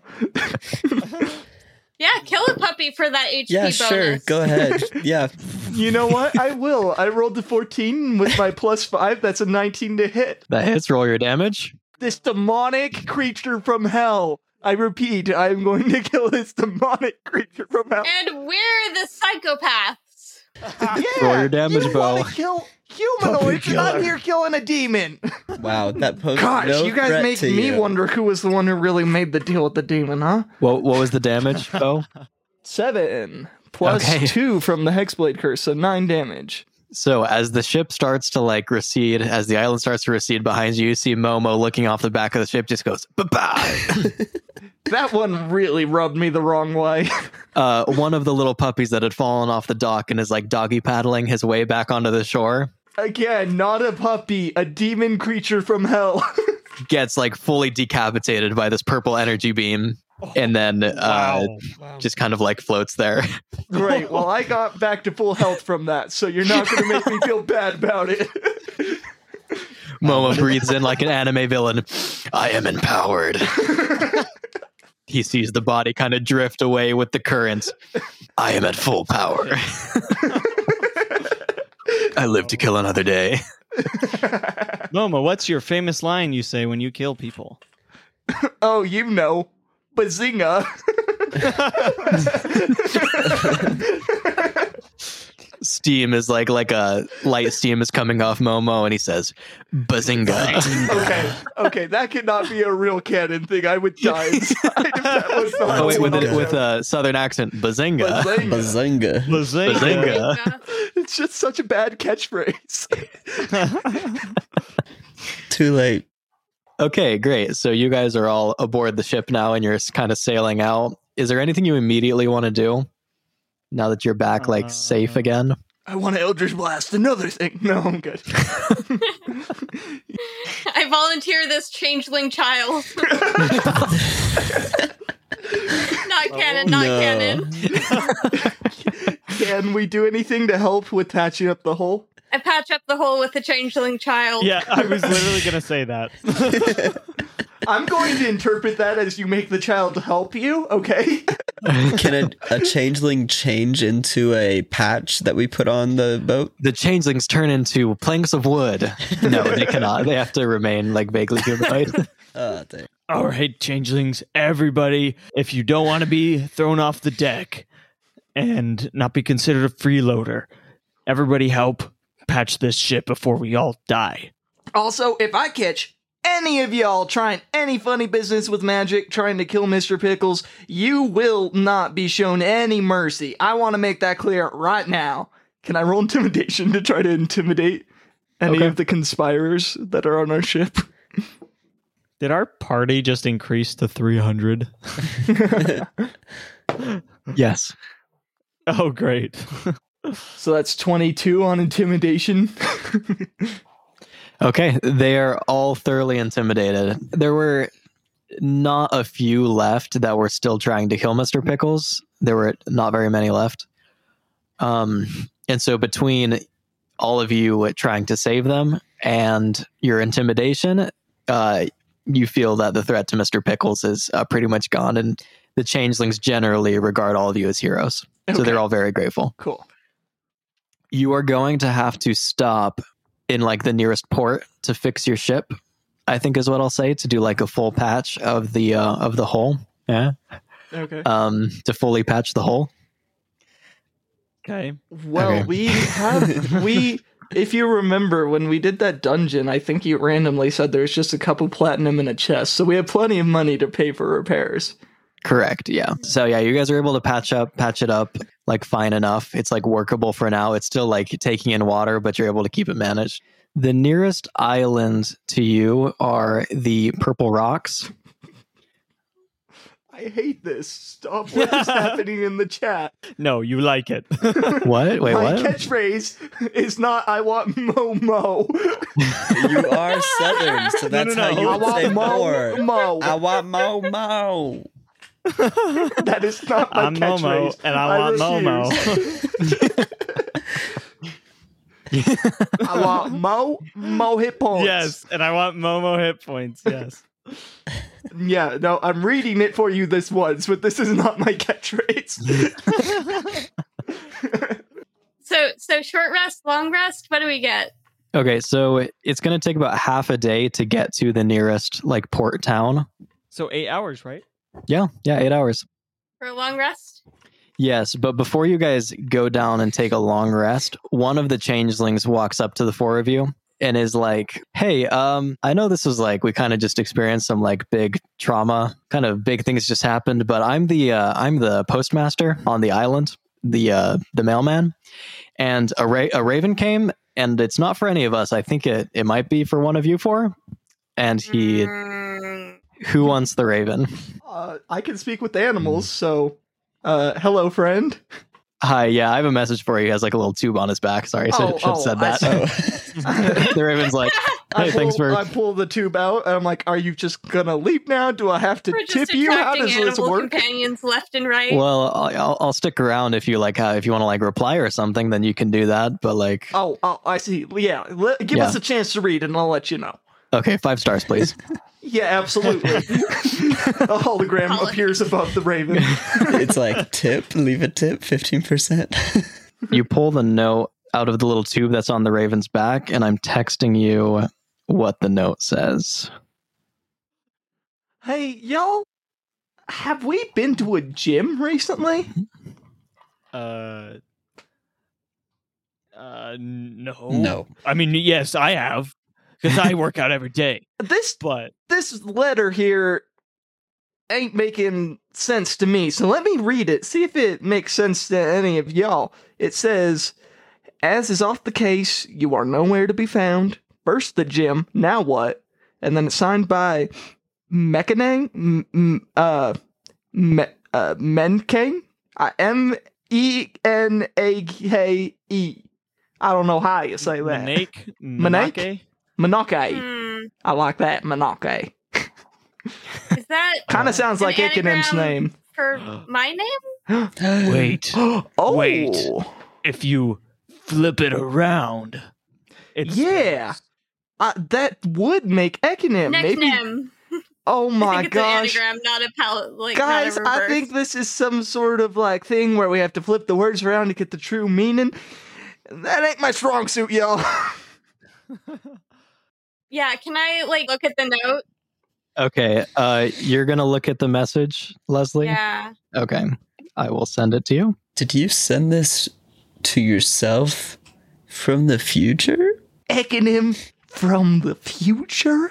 [SPEAKER 4] yeah, kill a puppy for that HP
[SPEAKER 3] Yeah,
[SPEAKER 4] bonus.
[SPEAKER 3] sure. Go ahead. Yeah.
[SPEAKER 5] You know what? I will. I rolled the 14 with my plus 5. That's a 19 to hit.
[SPEAKER 1] That hits. Roll your damage.
[SPEAKER 5] This demonic creature from hell. I repeat, I'm going to kill this demonic creature from hell.
[SPEAKER 4] And we're the psychopaths.
[SPEAKER 5] Yeah,
[SPEAKER 1] Roll your damage,
[SPEAKER 5] you
[SPEAKER 1] Bo.
[SPEAKER 5] wanna kill
[SPEAKER 3] Puppy
[SPEAKER 5] humanoids, and
[SPEAKER 3] killer.
[SPEAKER 5] I'm here killing a demon.
[SPEAKER 3] Wow. That posed
[SPEAKER 5] Gosh,
[SPEAKER 3] no
[SPEAKER 5] you guys
[SPEAKER 3] threat
[SPEAKER 5] make
[SPEAKER 3] to
[SPEAKER 5] me
[SPEAKER 3] you.
[SPEAKER 5] wonder who was the one who really made the deal with the demon, huh?
[SPEAKER 1] What, what was the damage, Bo?
[SPEAKER 5] Seven plus
[SPEAKER 1] Okay.
[SPEAKER 5] two from the Hexblade curse, so nine damage.
[SPEAKER 1] So as the ship starts to like recede, as the island starts to recede behind you, you see Momo looking off the back of the ship, just goes bye bye.
[SPEAKER 5] That one really rubbed me the wrong way.
[SPEAKER 1] uh, one of the little puppies that had fallen off the dock and is like doggy paddling his way back onto the shore
[SPEAKER 5] Again, not a puppy, a demon creature from hell.
[SPEAKER 1] gets like fully decapitated by this purple energy beam, and then uh, just kind of like floats there.
[SPEAKER 5] Great. Well, I got back to full health from that, so you're not going to make me feel bad about it.
[SPEAKER 1] Momo breathes in like an anime villain. Um, I am empowered. he sees the body kind of drift away with the current. I am at full power. I live to kill another day.
[SPEAKER 2] Momo, what's your famous line you say when you kill people?
[SPEAKER 5] oh, you know, bazinga.
[SPEAKER 1] Steam is like like a light steam is coming off Momo, and he says, "Bazinga!"
[SPEAKER 5] Okay, okay, that could not be a real canon thing. I would die inside if that was not.
[SPEAKER 1] oh wait, with
[SPEAKER 3] Bazinga.
[SPEAKER 1] a, with a southern accent, Bazinga.
[SPEAKER 5] Bazinga.
[SPEAKER 3] Bazinga.
[SPEAKER 1] Bazinga.
[SPEAKER 5] It's just such a bad catchphrase.
[SPEAKER 3] Too late.
[SPEAKER 1] Okay, great. So you guys are all aboard the ship now, and you're kind of sailing out. Is there anything you immediately want to do now that you're back, like safe
[SPEAKER 2] Uh,
[SPEAKER 1] again?
[SPEAKER 5] I want to Eldritch Blast another thing. No, I'm good.
[SPEAKER 4] I volunteer this changeling child.
[SPEAKER 2] Oh,
[SPEAKER 4] not canon, not
[SPEAKER 3] No.
[SPEAKER 4] canon.
[SPEAKER 5] Can we do anything to help with patching up the hole?
[SPEAKER 4] I patch up the hole with the changeling child.
[SPEAKER 2] Yeah, I was literally going to say that.
[SPEAKER 5] I'm going to interpret that as you make the child help you, okay?
[SPEAKER 3] Can a, a changeling change into a patch that we put on the boat?
[SPEAKER 1] the changelings turn into planks of wood. No, they cannot. They have to remain like vaguely humanoid.
[SPEAKER 3] Oh, dang.
[SPEAKER 2] All right, changelings, everybody, if you don't want to be thrown off the deck and not be considered a freeloader, everybody help patch this ship before we all die.
[SPEAKER 5] Also, if I catch any of y'all trying any funny business with magic, trying to kill Mr. Pickles, you will not be shown any mercy. I want to make that clear right now. Can I roll intimidation to try to intimidate any
[SPEAKER 2] Okay.
[SPEAKER 5] of the conspirators that are on our ship?
[SPEAKER 2] Did our party just increase to 300?
[SPEAKER 1] yes.
[SPEAKER 2] Oh, great.
[SPEAKER 5] So that's 22 on intimidation.
[SPEAKER 1] Okay. They are all thoroughly intimidated. There were not a few left that were still trying to kill Mr. Pickles. There were not very many left. Um, and so between all of you trying to save them and your intimidation, uh, you feel that the threat to Mr. Pickles is uh, pretty much gone, and the changelings generally regard all of you as heroes. So
[SPEAKER 5] Okay,
[SPEAKER 1] they're all very grateful.
[SPEAKER 5] cool.
[SPEAKER 1] You are going to have to stop in like the nearest port to fix your ship. I think is what I'll say to do like a full patch of the uh, of the hole. Yeah.
[SPEAKER 5] Okay.
[SPEAKER 1] Um, to fully patch the hole.
[SPEAKER 2] Okay.
[SPEAKER 5] Well,
[SPEAKER 1] Okay.
[SPEAKER 5] we have we if you remember when we did that dungeon, I think you randomly said there was just a couple platinum in a chest, so we have plenty of money to pay for repairs.
[SPEAKER 1] Correct. Yeah. So yeah, you guys are able to patch up, patch it up like fine enough. It's like workable for now. It's still like taking in water, but you're able to keep it managed. The nearest islands to you are the Purple Rocks.
[SPEAKER 5] I hate this. Stop what is happening in the chat.
[SPEAKER 2] No, you like it.
[SPEAKER 1] What? Wait,
[SPEAKER 5] My
[SPEAKER 1] what?
[SPEAKER 5] catchphrase is not I want Momo.
[SPEAKER 3] You are southern, so that's
[SPEAKER 2] no,
[SPEAKER 3] how
[SPEAKER 2] no.
[SPEAKER 3] you
[SPEAKER 5] I
[SPEAKER 3] would
[SPEAKER 5] want
[SPEAKER 3] say more.
[SPEAKER 5] Momo.
[SPEAKER 3] I want mo mo.
[SPEAKER 5] That is not my
[SPEAKER 2] I'm
[SPEAKER 5] catchphrase.
[SPEAKER 2] Momo, and I, want
[SPEAKER 5] refuse.
[SPEAKER 2] Momo.
[SPEAKER 5] I want Mo Mo hit points.
[SPEAKER 2] yes, and I want Momo hit points. Yes.
[SPEAKER 5] Yeah. No, I'm reading it for you this once, but this is not my catchphrase.
[SPEAKER 4] So so short rest, long rest. What do we get?
[SPEAKER 1] Okay, so it's going to take about half a day to get to the nearest like port town.
[SPEAKER 2] so eight hours, right?
[SPEAKER 1] Yeah, yeah, eight hours.
[SPEAKER 4] For a long rest?
[SPEAKER 1] Yes, but before you guys go down and take a long rest, one of the changelings walks up to the four of you and is like, "Hey, um, I know this was like we kind of just experienced some like big trauma, kind of big things just happened, but I'm the uh, I'm the postmaster on the island, the uh, the mailman, and a ra- a raven came, and it's not for any of us. I think it it might be for one of you four, and he
[SPEAKER 4] Mm.
[SPEAKER 1] who wants the raven?
[SPEAKER 5] uh, I can speak with animals, so uh, hello, friend.
[SPEAKER 1] Hi, yeah, I have a message for you. He has like a little tube on his back. Sorry, I should,
[SPEAKER 5] Oh,
[SPEAKER 1] should have
[SPEAKER 5] oh,
[SPEAKER 1] said
[SPEAKER 5] I
[SPEAKER 1] that.
[SPEAKER 5] see.
[SPEAKER 3] Oh.
[SPEAKER 1] the Raven's like,
[SPEAKER 5] I
[SPEAKER 1] hey,
[SPEAKER 5] pull,
[SPEAKER 1] thanks for.
[SPEAKER 5] I pull the tube out, and I'm like, "Are you just gonna leap now? Do I have to
[SPEAKER 4] We're just
[SPEAKER 5] tip you? How
[SPEAKER 4] attracting
[SPEAKER 5] does this
[SPEAKER 4] animal
[SPEAKER 5] work?"
[SPEAKER 4] companions left and right.
[SPEAKER 1] Well, I- I'll, I'll stick around if you like. Uh, if you want to like reply or something, then you can do that. But like,
[SPEAKER 5] Oh, oh, I see. Yeah, le- give
[SPEAKER 1] Yeah.
[SPEAKER 5] us a chance to read, and I'll let you know.
[SPEAKER 1] okay, five stars, please.
[SPEAKER 5] Yeah, absolutely. a hologram
[SPEAKER 4] Holo-
[SPEAKER 5] appears above the raven.
[SPEAKER 3] It's like tip, leave a tip, fifteen percent.
[SPEAKER 1] you pull the note out of the little tube that's on the Raven's back, and I'm texting you what the note says.
[SPEAKER 5] hey, y'all, have we been to a gym recently?
[SPEAKER 2] Uh. Uh, no.
[SPEAKER 3] No.
[SPEAKER 2] I mean, yes, I have, because I work out every day.
[SPEAKER 5] This
[SPEAKER 2] But
[SPEAKER 5] this letter here ain't making sense to me. So let me read it. See if it makes sense to any of y'all. It says, "As is off the case, you are nowhere to be found. First the gym, now what?" And then it's signed by Mekanang, m- m- uh, me- uh, Menkang, Uh, M E N A K E. I don't know how you say that.
[SPEAKER 2] Manake,
[SPEAKER 5] Manake?
[SPEAKER 2] Manake?
[SPEAKER 5] Monoke.
[SPEAKER 4] Hmm.
[SPEAKER 5] I like that. Monoke.
[SPEAKER 4] Is that
[SPEAKER 5] Kind of sounds
[SPEAKER 4] An
[SPEAKER 5] like Ikenem's
[SPEAKER 4] anagram?
[SPEAKER 5] name.
[SPEAKER 4] for my name?
[SPEAKER 2] Wait,
[SPEAKER 5] oh,
[SPEAKER 2] Wait. if you flip it around, it's
[SPEAKER 5] Yeah. Uh, that would make Ekinem.
[SPEAKER 4] Next
[SPEAKER 5] Maybe.
[SPEAKER 4] name.
[SPEAKER 5] Oh
[SPEAKER 4] I
[SPEAKER 5] my
[SPEAKER 4] think it's
[SPEAKER 5] gosh.
[SPEAKER 4] an anagram, not a palette. Like,
[SPEAKER 5] Guys,
[SPEAKER 4] not a
[SPEAKER 5] I
[SPEAKER 4] reverse.
[SPEAKER 5] think this is some sort of like thing where we have to flip the words around to get the true meaning. That ain't my strong suit, y'all.
[SPEAKER 4] Yeah, can I like look at the note?
[SPEAKER 1] Okay, uh, you're gonna look at the message, Leslie.
[SPEAKER 4] Yeah.
[SPEAKER 1] Okay, I will send it to you.
[SPEAKER 3] Did you send this to yourself from the future?
[SPEAKER 5] Ekinem from the future?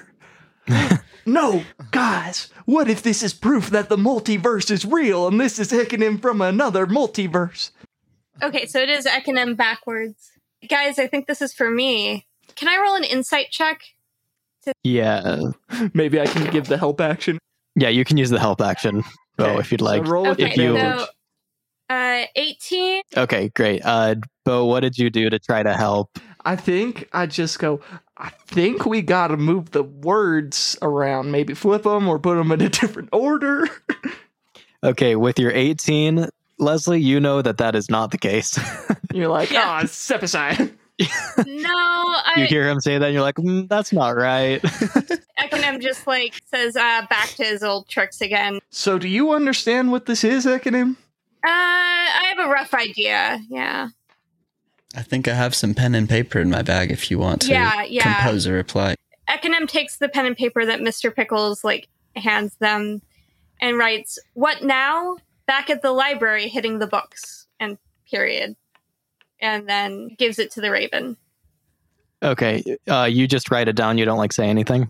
[SPEAKER 5] no, guys, what if this is proof that the multiverse is real and this is Ekinem from another multiverse?
[SPEAKER 4] Okay, so it is Ekinem backwards. Guys, I think this is for me. Can I roll an insight check?
[SPEAKER 1] Yeah,
[SPEAKER 5] Maybe I can give the help action.
[SPEAKER 1] yeah, you can use the help action, Bo,
[SPEAKER 5] Okay,
[SPEAKER 1] if you'd like.
[SPEAKER 5] So roll with
[SPEAKER 4] Okay,
[SPEAKER 1] if you-
[SPEAKER 5] advantage.
[SPEAKER 4] so uh, 18.
[SPEAKER 1] okay, great. Uh, Bo, what did you do to try to help?
[SPEAKER 5] I think I just go. I think we gotta move the words around. Maybe flip them or put them in a different order.
[SPEAKER 1] Okay, with your 18, Leslie, you know that that is not the case.
[SPEAKER 5] You're like,
[SPEAKER 4] Yeah.
[SPEAKER 5] ah, step aside.
[SPEAKER 4] No, I,
[SPEAKER 1] you hear him say that, and you're like, mm, that's not right.
[SPEAKER 4] Ekinem just like says uh, back to his old tricks again.
[SPEAKER 5] So, do you understand what this is, Ekinem?
[SPEAKER 4] Uh, I have a rough idea. Yeah.
[SPEAKER 3] I think I have some pen and paper in my bag if you want to
[SPEAKER 4] Yeah, yeah.
[SPEAKER 3] compose a reply.
[SPEAKER 4] Ekinem takes the pen and paper that Mr. Pickles like hands them and writes, "What now? Back at the library hitting the books." And period. And then gives it to the raven.
[SPEAKER 1] okay, uh, you just write it down. You don't like say anything.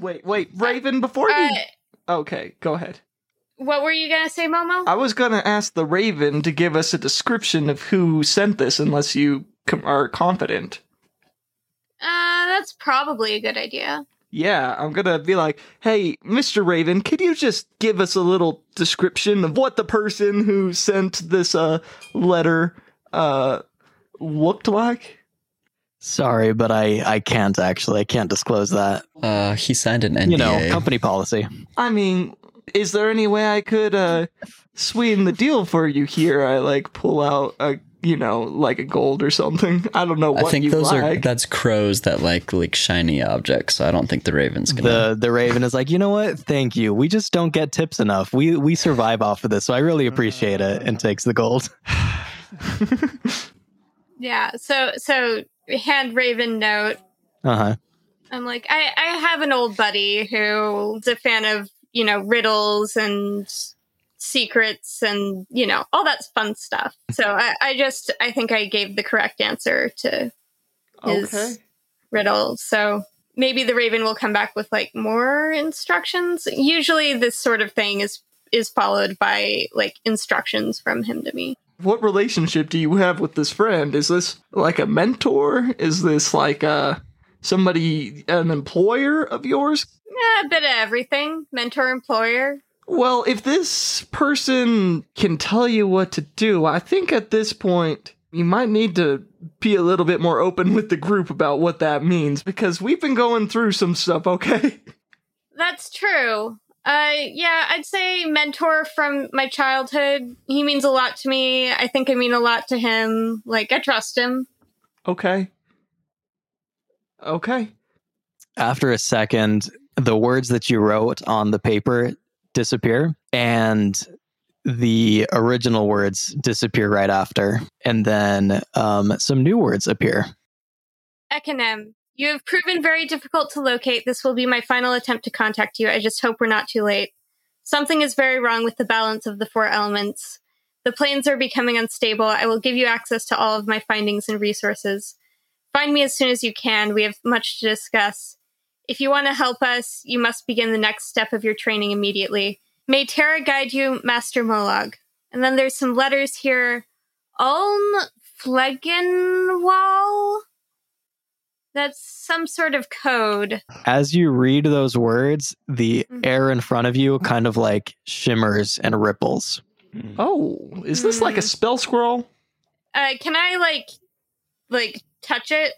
[SPEAKER 5] Wait, wait, Raven. Before you,
[SPEAKER 4] Uh,
[SPEAKER 5] okay, go ahead.
[SPEAKER 4] What were you gonna say, Momo?
[SPEAKER 5] I was gonna ask the Raven to give us a description of who sent this, unless you com- are confident.
[SPEAKER 4] Uh, that's probably a good idea.
[SPEAKER 5] Yeah, I'm gonna be like, hey, Mr. Raven, could you just give us a little description of what the person who sent this uh letter uh looked like?
[SPEAKER 1] Sorry, but I I can't actually. I can't disclose that.
[SPEAKER 3] Uh, he signed an NDA.
[SPEAKER 1] You know, company policy.
[SPEAKER 5] I mean, is there any way I could uh sweeten the deal for you here? I like pull out a you know like a gold or something. I don't know
[SPEAKER 3] I
[SPEAKER 5] what
[SPEAKER 3] think
[SPEAKER 5] you
[SPEAKER 3] those are
[SPEAKER 5] like.
[SPEAKER 3] that's crows that like like shiny objects. So I don't think the Ravens gonna.
[SPEAKER 1] The the Raven is like, you know what? Thank you. We just don't get tips enough. We we survive off of this, so I really appreciate it. And takes the gold.
[SPEAKER 4] Yeah. So so hand Raven note.
[SPEAKER 1] Uh huh.
[SPEAKER 4] I'm like, I, I have an old buddy who's a fan of, you know, riddles and secrets and, you know, all that fun stuff. So I, I just, I think I gave the correct answer to his
[SPEAKER 5] Okay.
[SPEAKER 4] riddle. So maybe the raven will come back with like more instructions. Usually this sort of thing is is followed by like instructions from him to me.
[SPEAKER 5] What relationship do you have with this friend? Is this like a mentor? Is this like uh somebody an employer of yours?
[SPEAKER 4] Yeah, a bit of everything. Mentor, employer.
[SPEAKER 5] Well, if this person can tell you what to do, I think at this point you might need to be a little bit more open with the group about what that means because we've been going through some stuff, okay?
[SPEAKER 4] That's true. Uh, yeah, I'd say mentor from my childhood. He means a lot to me. I think I mean a lot to him. Like I trust him.
[SPEAKER 5] Okay. Okay.
[SPEAKER 1] after a second, the words that you wrote on the paper disappear and the original words disappear right after. And then um, some new words appear.
[SPEAKER 4] Ekinem, you have proven very difficult to locate. This will be my final attempt to contact you. I just hope we're not too late. Something is very wrong with the balance of the four elements. The planes are becoming unstable. I will give you access to all of my findings and resources. Find me as soon as you can. We have much to discuss. If you want to help us, you must begin the next step of your training immediately. May Terra guide you, Master Molag. And then there's some letters here. Ulm Flegenwall? That's some sort of code.
[SPEAKER 1] As you read those words, the
[SPEAKER 4] Mhm.
[SPEAKER 1] air in front of you kind of like shimmers and ripples.
[SPEAKER 5] Oh, is this like a
[SPEAKER 4] Hmm.
[SPEAKER 5] spell scroll?
[SPEAKER 4] Uh, can I like, like touch it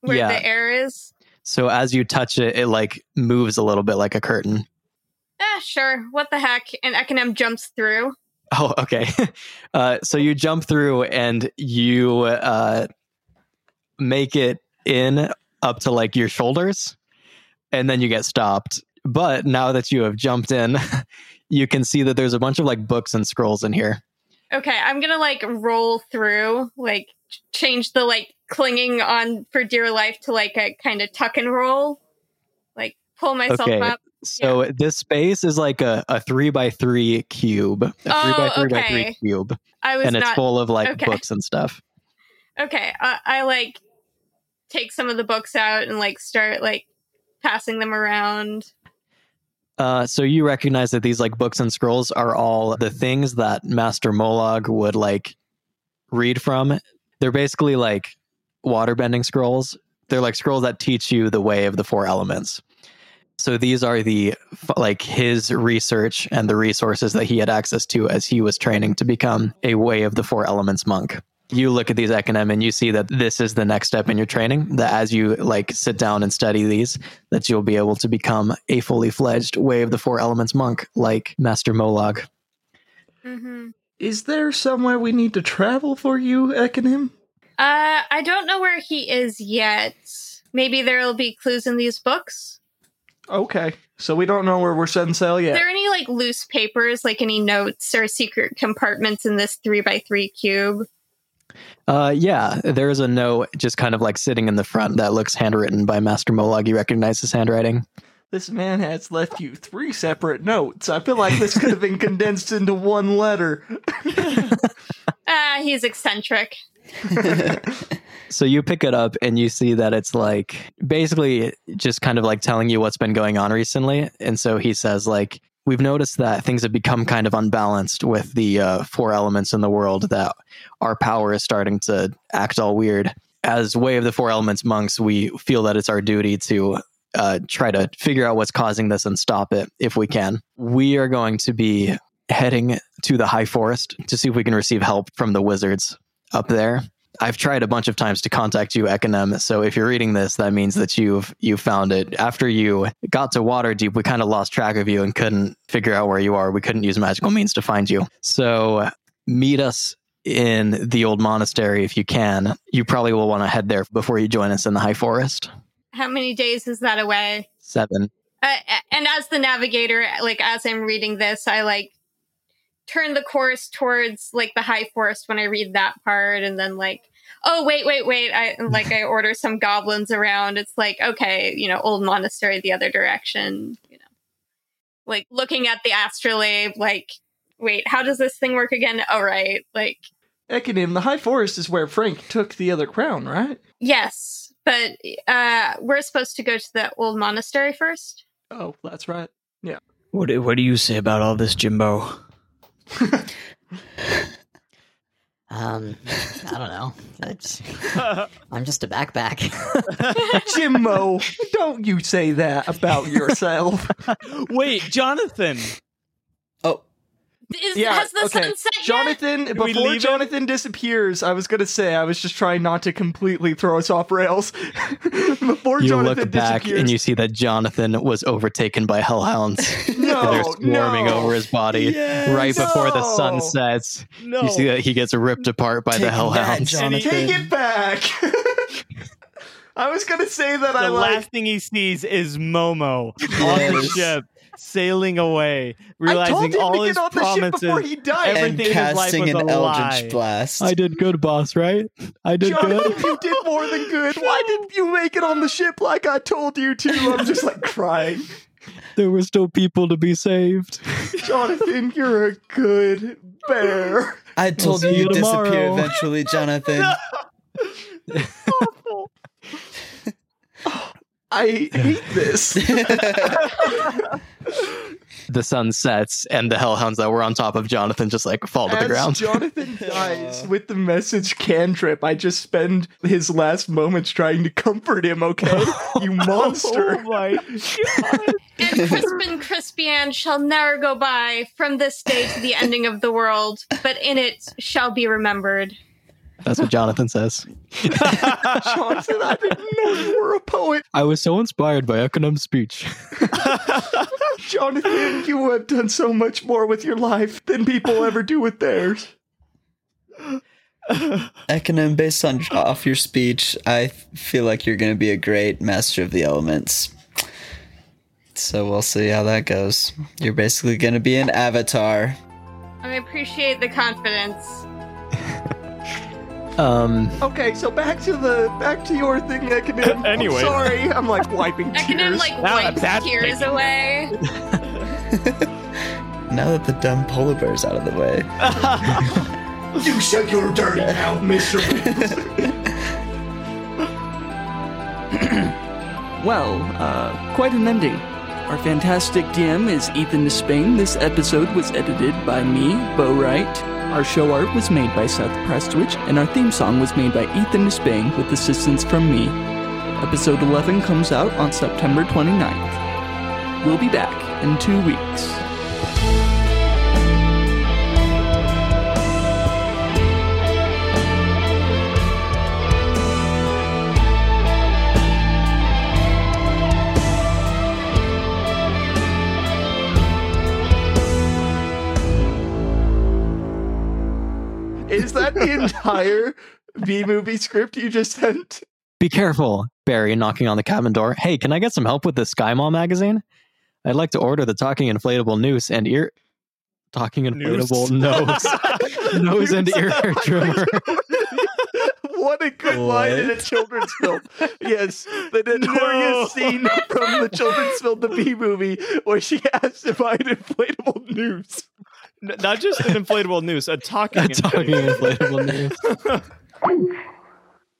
[SPEAKER 4] where
[SPEAKER 1] Yeah.
[SPEAKER 4] the air is?
[SPEAKER 1] So as you touch it, it like moves a little bit like a curtain.
[SPEAKER 4] Ah, sure. What the heck? And Ekinem jumps through.
[SPEAKER 1] Oh, okay. Uh, so you jump through and you uh, make it in up to like your shoulders, and then you get stopped. But now that you have jumped in, you can see that there's a bunch of like books and scrolls in here.
[SPEAKER 4] Okay, I'm gonna like roll through, like ch- change the like clinging on for dear life to like a kind of tuck and roll, like pull myself
[SPEAKER 1] Okay.
[SPEAKER 4] up.
[SPEAKER 1] So this space is like a, a three by three cube, a three by
[SPEAKER 4] Oh,
[SPEAKER 1] three by three
[SPEAKER 4] okay.
[SPEAKER 1] cube,
[SPEAKER 4] I was
[SPEAKER 1] and it's
[SPEAKER 4] not
[SPEAKER 1] full of like
[SPEAKER 4] okay.
[SPEAKER 1] books and stuff.
[SPEAKER 4] okay. I, I like take some of the books out and like start like passing them around.
[SPEAKER 1] Uh, so you recognize that these like books and scrolls are all the things that Master Molag would like read from. They're basically like waterbending scrolls. They're like scrolls that teach you the way of the four elements. So these are the f- like his research and the resources that he had access to as he was training to become a way of the four elements monk. You look at these Ekonem and you see that this is the next step in your training. That as you like sit down and study these, that you'll be able to become a fully fledged way of the four elements monk like Master Molag.
[SPEAKER 4] Mm-hmm.
[SPEAKER 5] Is there somewhere we need to travel for you, Ekenim?
[SPEAKER 4] Uh, I don't know where he is yet. Maybe there'll be clues in these books.
[SPEAKER 5] Okay. So we don't know where we're setting sail
[SPEAKER 4] Are
[SPEAKER 5] yet.
[SPEAKER 4] there any like loose papers, like any notes or secret compartments in this three by three cube?
[SPEAKER 1] Uh, yeah, there is a note just kind of like sitting in the front that looks handwritten by Master Molag. You recognize his handwriting.
[SPEAKER 5] This man has left you three separate notes. I feel like this could have been condensed into one letter.
[SPEAKER 4] Ah, he's eccentric.
[SPEAKER 1] So you pick it up and you see that it's like basically just kind of like telling you what's been going on recently. And so he says like we've noticed that things have become kind of unbalanced with the uh, four elements in the world that our power is starting to act all weird as way of the four elements monks we feel that it's our duty to uh, try to figure out what's causing this and stop it if we can we are going to be heading to the high forest to see if we can receive help from the wizards up there I've tried a bunch of times to contact you, Ekonem. So if you're reading this, that means that you've you found it. After you got to Waterdeep, we kind of lost track of you and couldn't figure out where you are. We couldn't use magical means to find you. So meet us in the old monastery if you can. You probably will want to head there before you join us in the High Forest.
[SPEAKER 4] How many days is that away?
[SPEAKER 1] Seven.
[SPEAKER 4] Uh, and as the navigator, like as I'm reading this, I like turn the course towards like the high forest when I read that part, and then like, oh wait, wait, wait, I like I order some goblins around. It's like okay, you know, old monastery the other direction. You know, like looking at the astrolabe, like wait, how does this thing work again? All right, like
[SPEAKER 5] Econym, the High Forest is where Frank took the other crown, right?
[SPEAKER 4] yes, but uh, we're supposed to go to the old monastery first.
[SPEAKER 5] Oh, that's right.
[SPEAKER 2] What do, what do you say about all this, Jimbo?
[SPEAKER 6] Um, I don't know. It's, I'm just a backpack.
[SPEAKER 5] Jimmo, don't you say that about yourself.
[SPEAKER 2] Wait, Jonathan.
[SPEAKER 3] Oh,
[SPEAKER 4] Is,
[SPEAKER 5] yeah,
[SPEAKER 4] has the
[SPEAKER 5] okay.
[SPEAKER 4] sun set yet?
[SPEAKER 5] Jonathan,
[SPEAKER 2] we
[SPEAKER 5] before
[SPEAKER 2] leave
[SPEAKER 5] Jonathan disappears, I was going to say, I was just trying not to completely throw us off rails. before
[SPEAKER 1] You
[SPEAKER 5] Jonathan
[SPEAKER 1] look back
[SPEAKER 5] disappears,
[SPEAKER 1] and you see that Jonathan was overtaken by hellhounds.
[SPEAKER 5] Oh, no,
[SPEAKER 1] They're swarming
[SPEAKER 5] no,
[SPEAKER 1] over his body right before the sun
[SPEAKER 5] No.
[SPEAKER 1] sets.
[SPEAKER 2] No.
[SPEAKER 1] You see that he gets ripped apart by the
[SPEAKER 6] Take that,
[SPEAKER 1] hellhounds.
[SPEAKER 6] Jonathan.
[SPEAKER 5] Take it back. I was going to say that I
[SPEAKER 2] the
[SPEAKER 5] like.
[SPEAKER 2] last thing he sees is Momo on the
[SPEAKER 3] Yes.
[SPEAKER 2] ship sailing away,
[SPEAKER 5] I
[SPEAKER 2] realizing
[SPEAKER 5] told him
[SPEAKER 2] all
[SPEAKER 5] to
[SPEAKER 2] his
[SPEAKER 5] get on the ship
[SPEAKER 2] promises.
[SPEAKER 5] before he died.
[SPEAKER 2] Everything
[SPEAKER 3] and
[SPEAKER 2] in his life
[SPEAKER 3] casting
[SPEAKER 2] was
[SPEAKER 3] an
[SPEAKER 2] a lie.
[SPEAKER 3] Eldritch blast.
[SPEAKER 1] did good, boss, right? I did
[SPEAKER 5] Jonathan, you did more than good. Why didn't you make it on the ship like I told you to? I'm just like crying.
[SPEAKER 1] There were still people to be saved.
[SPEAKER 5] Jonathan, you're a good bear.
[SPEAKER 3] I told
[SPEAKER 1] see
[SPEAKER 3] you
[SPEAKER 1] you
[SPEAKER 3] you'd disappear
[SPEAKER 1] tomorrow.
[SPEAKER 3] eventually, Jonathan.
[SPEAKER 5] I hate this.
[SPEAKER 1] The sun sets, and the hellhounds that were on top of Jonathan just like fall to the
[SPEAKER 5] As
[SPEAKER 1] ground.
[SPEAKER 5] Jonathan dies with the message cantrip, I just spend his last moments trying to comfort him, okay? You monster.
[SPEAKER 4] And Crispin Crispian shall ne'er go by from this day to the ending of the world, but in it shall be remembered.
[SPEAKER 1] That's what Jonathan says.
[SPEAKER 5] Jonathan, I didn't know you were a poet.
[SPEAKER 1] I was so inspired by Ekonom's speech.
[SPEAKER 5] Jonathan, you have done so much more with your life than people ever do with theirs.
[SPEAKER 3] Ekonom, based on off your speech, I f- feel like you're going to be a great master of the elements. So we'll see how that goes. You're basically going to be an avatar.
[SPEAKER 4] I appreciate the confidence.
[SPEAKER 1] Um,
[SPEAKER 5] Okay, so back to the back to your thing, Ekadin.
[SPEAKER 2] Anyway.
[SPEAKER 5] I'm sorry, I'm like wiping
[SPEAKER 4] I can
[SPEAKER 5] tears.
[SPEAKER 4] like
[SPEAKER 2] Now
[SPEAKER 4] wipe
[SPEAKER 2] that's
[SPEAKER 4] tears
[SPEAKER 2] taking
[SPEAKER 4] away.
[SPEAKER 3] Now that the dumb polar bear's out of the way.
[SPEAKER 5] you shut your dirty mouth, Mister. well, uh, quite an ending. Our fantastic DM is Ethan Despain. This episode was edited by me, Bo Wright. Our show art was made by Seth Prestwich, and our theme song was made by Ethan Despain with assistance from me. Episode 11 comes out on September 29th. We'll be back in two weeks. Is that the entire B movie script you just sent?
[SPEAKER 1] be careful, Barry, knocking on the cabin door. Hey, can I get some help with the Sky Mall magazine? I'd like to order the talking inflatable noose and ear. Talking
[SPEAKER 2] Noose?
[SPEAKER 1] inflatable nose, nose and ear trimmer.
[SPEAKER 5] what a good line in a children's film. Yes, the
[SPEAKER 2] No.
[SPEAKER 5] notorious scene from the children's film The B movie where she asked if I had inflatable noose.
[SPEAKER 2] N- Not just an inflatable noose, a talking.
[SPEAKER 1] talking inflatable noose.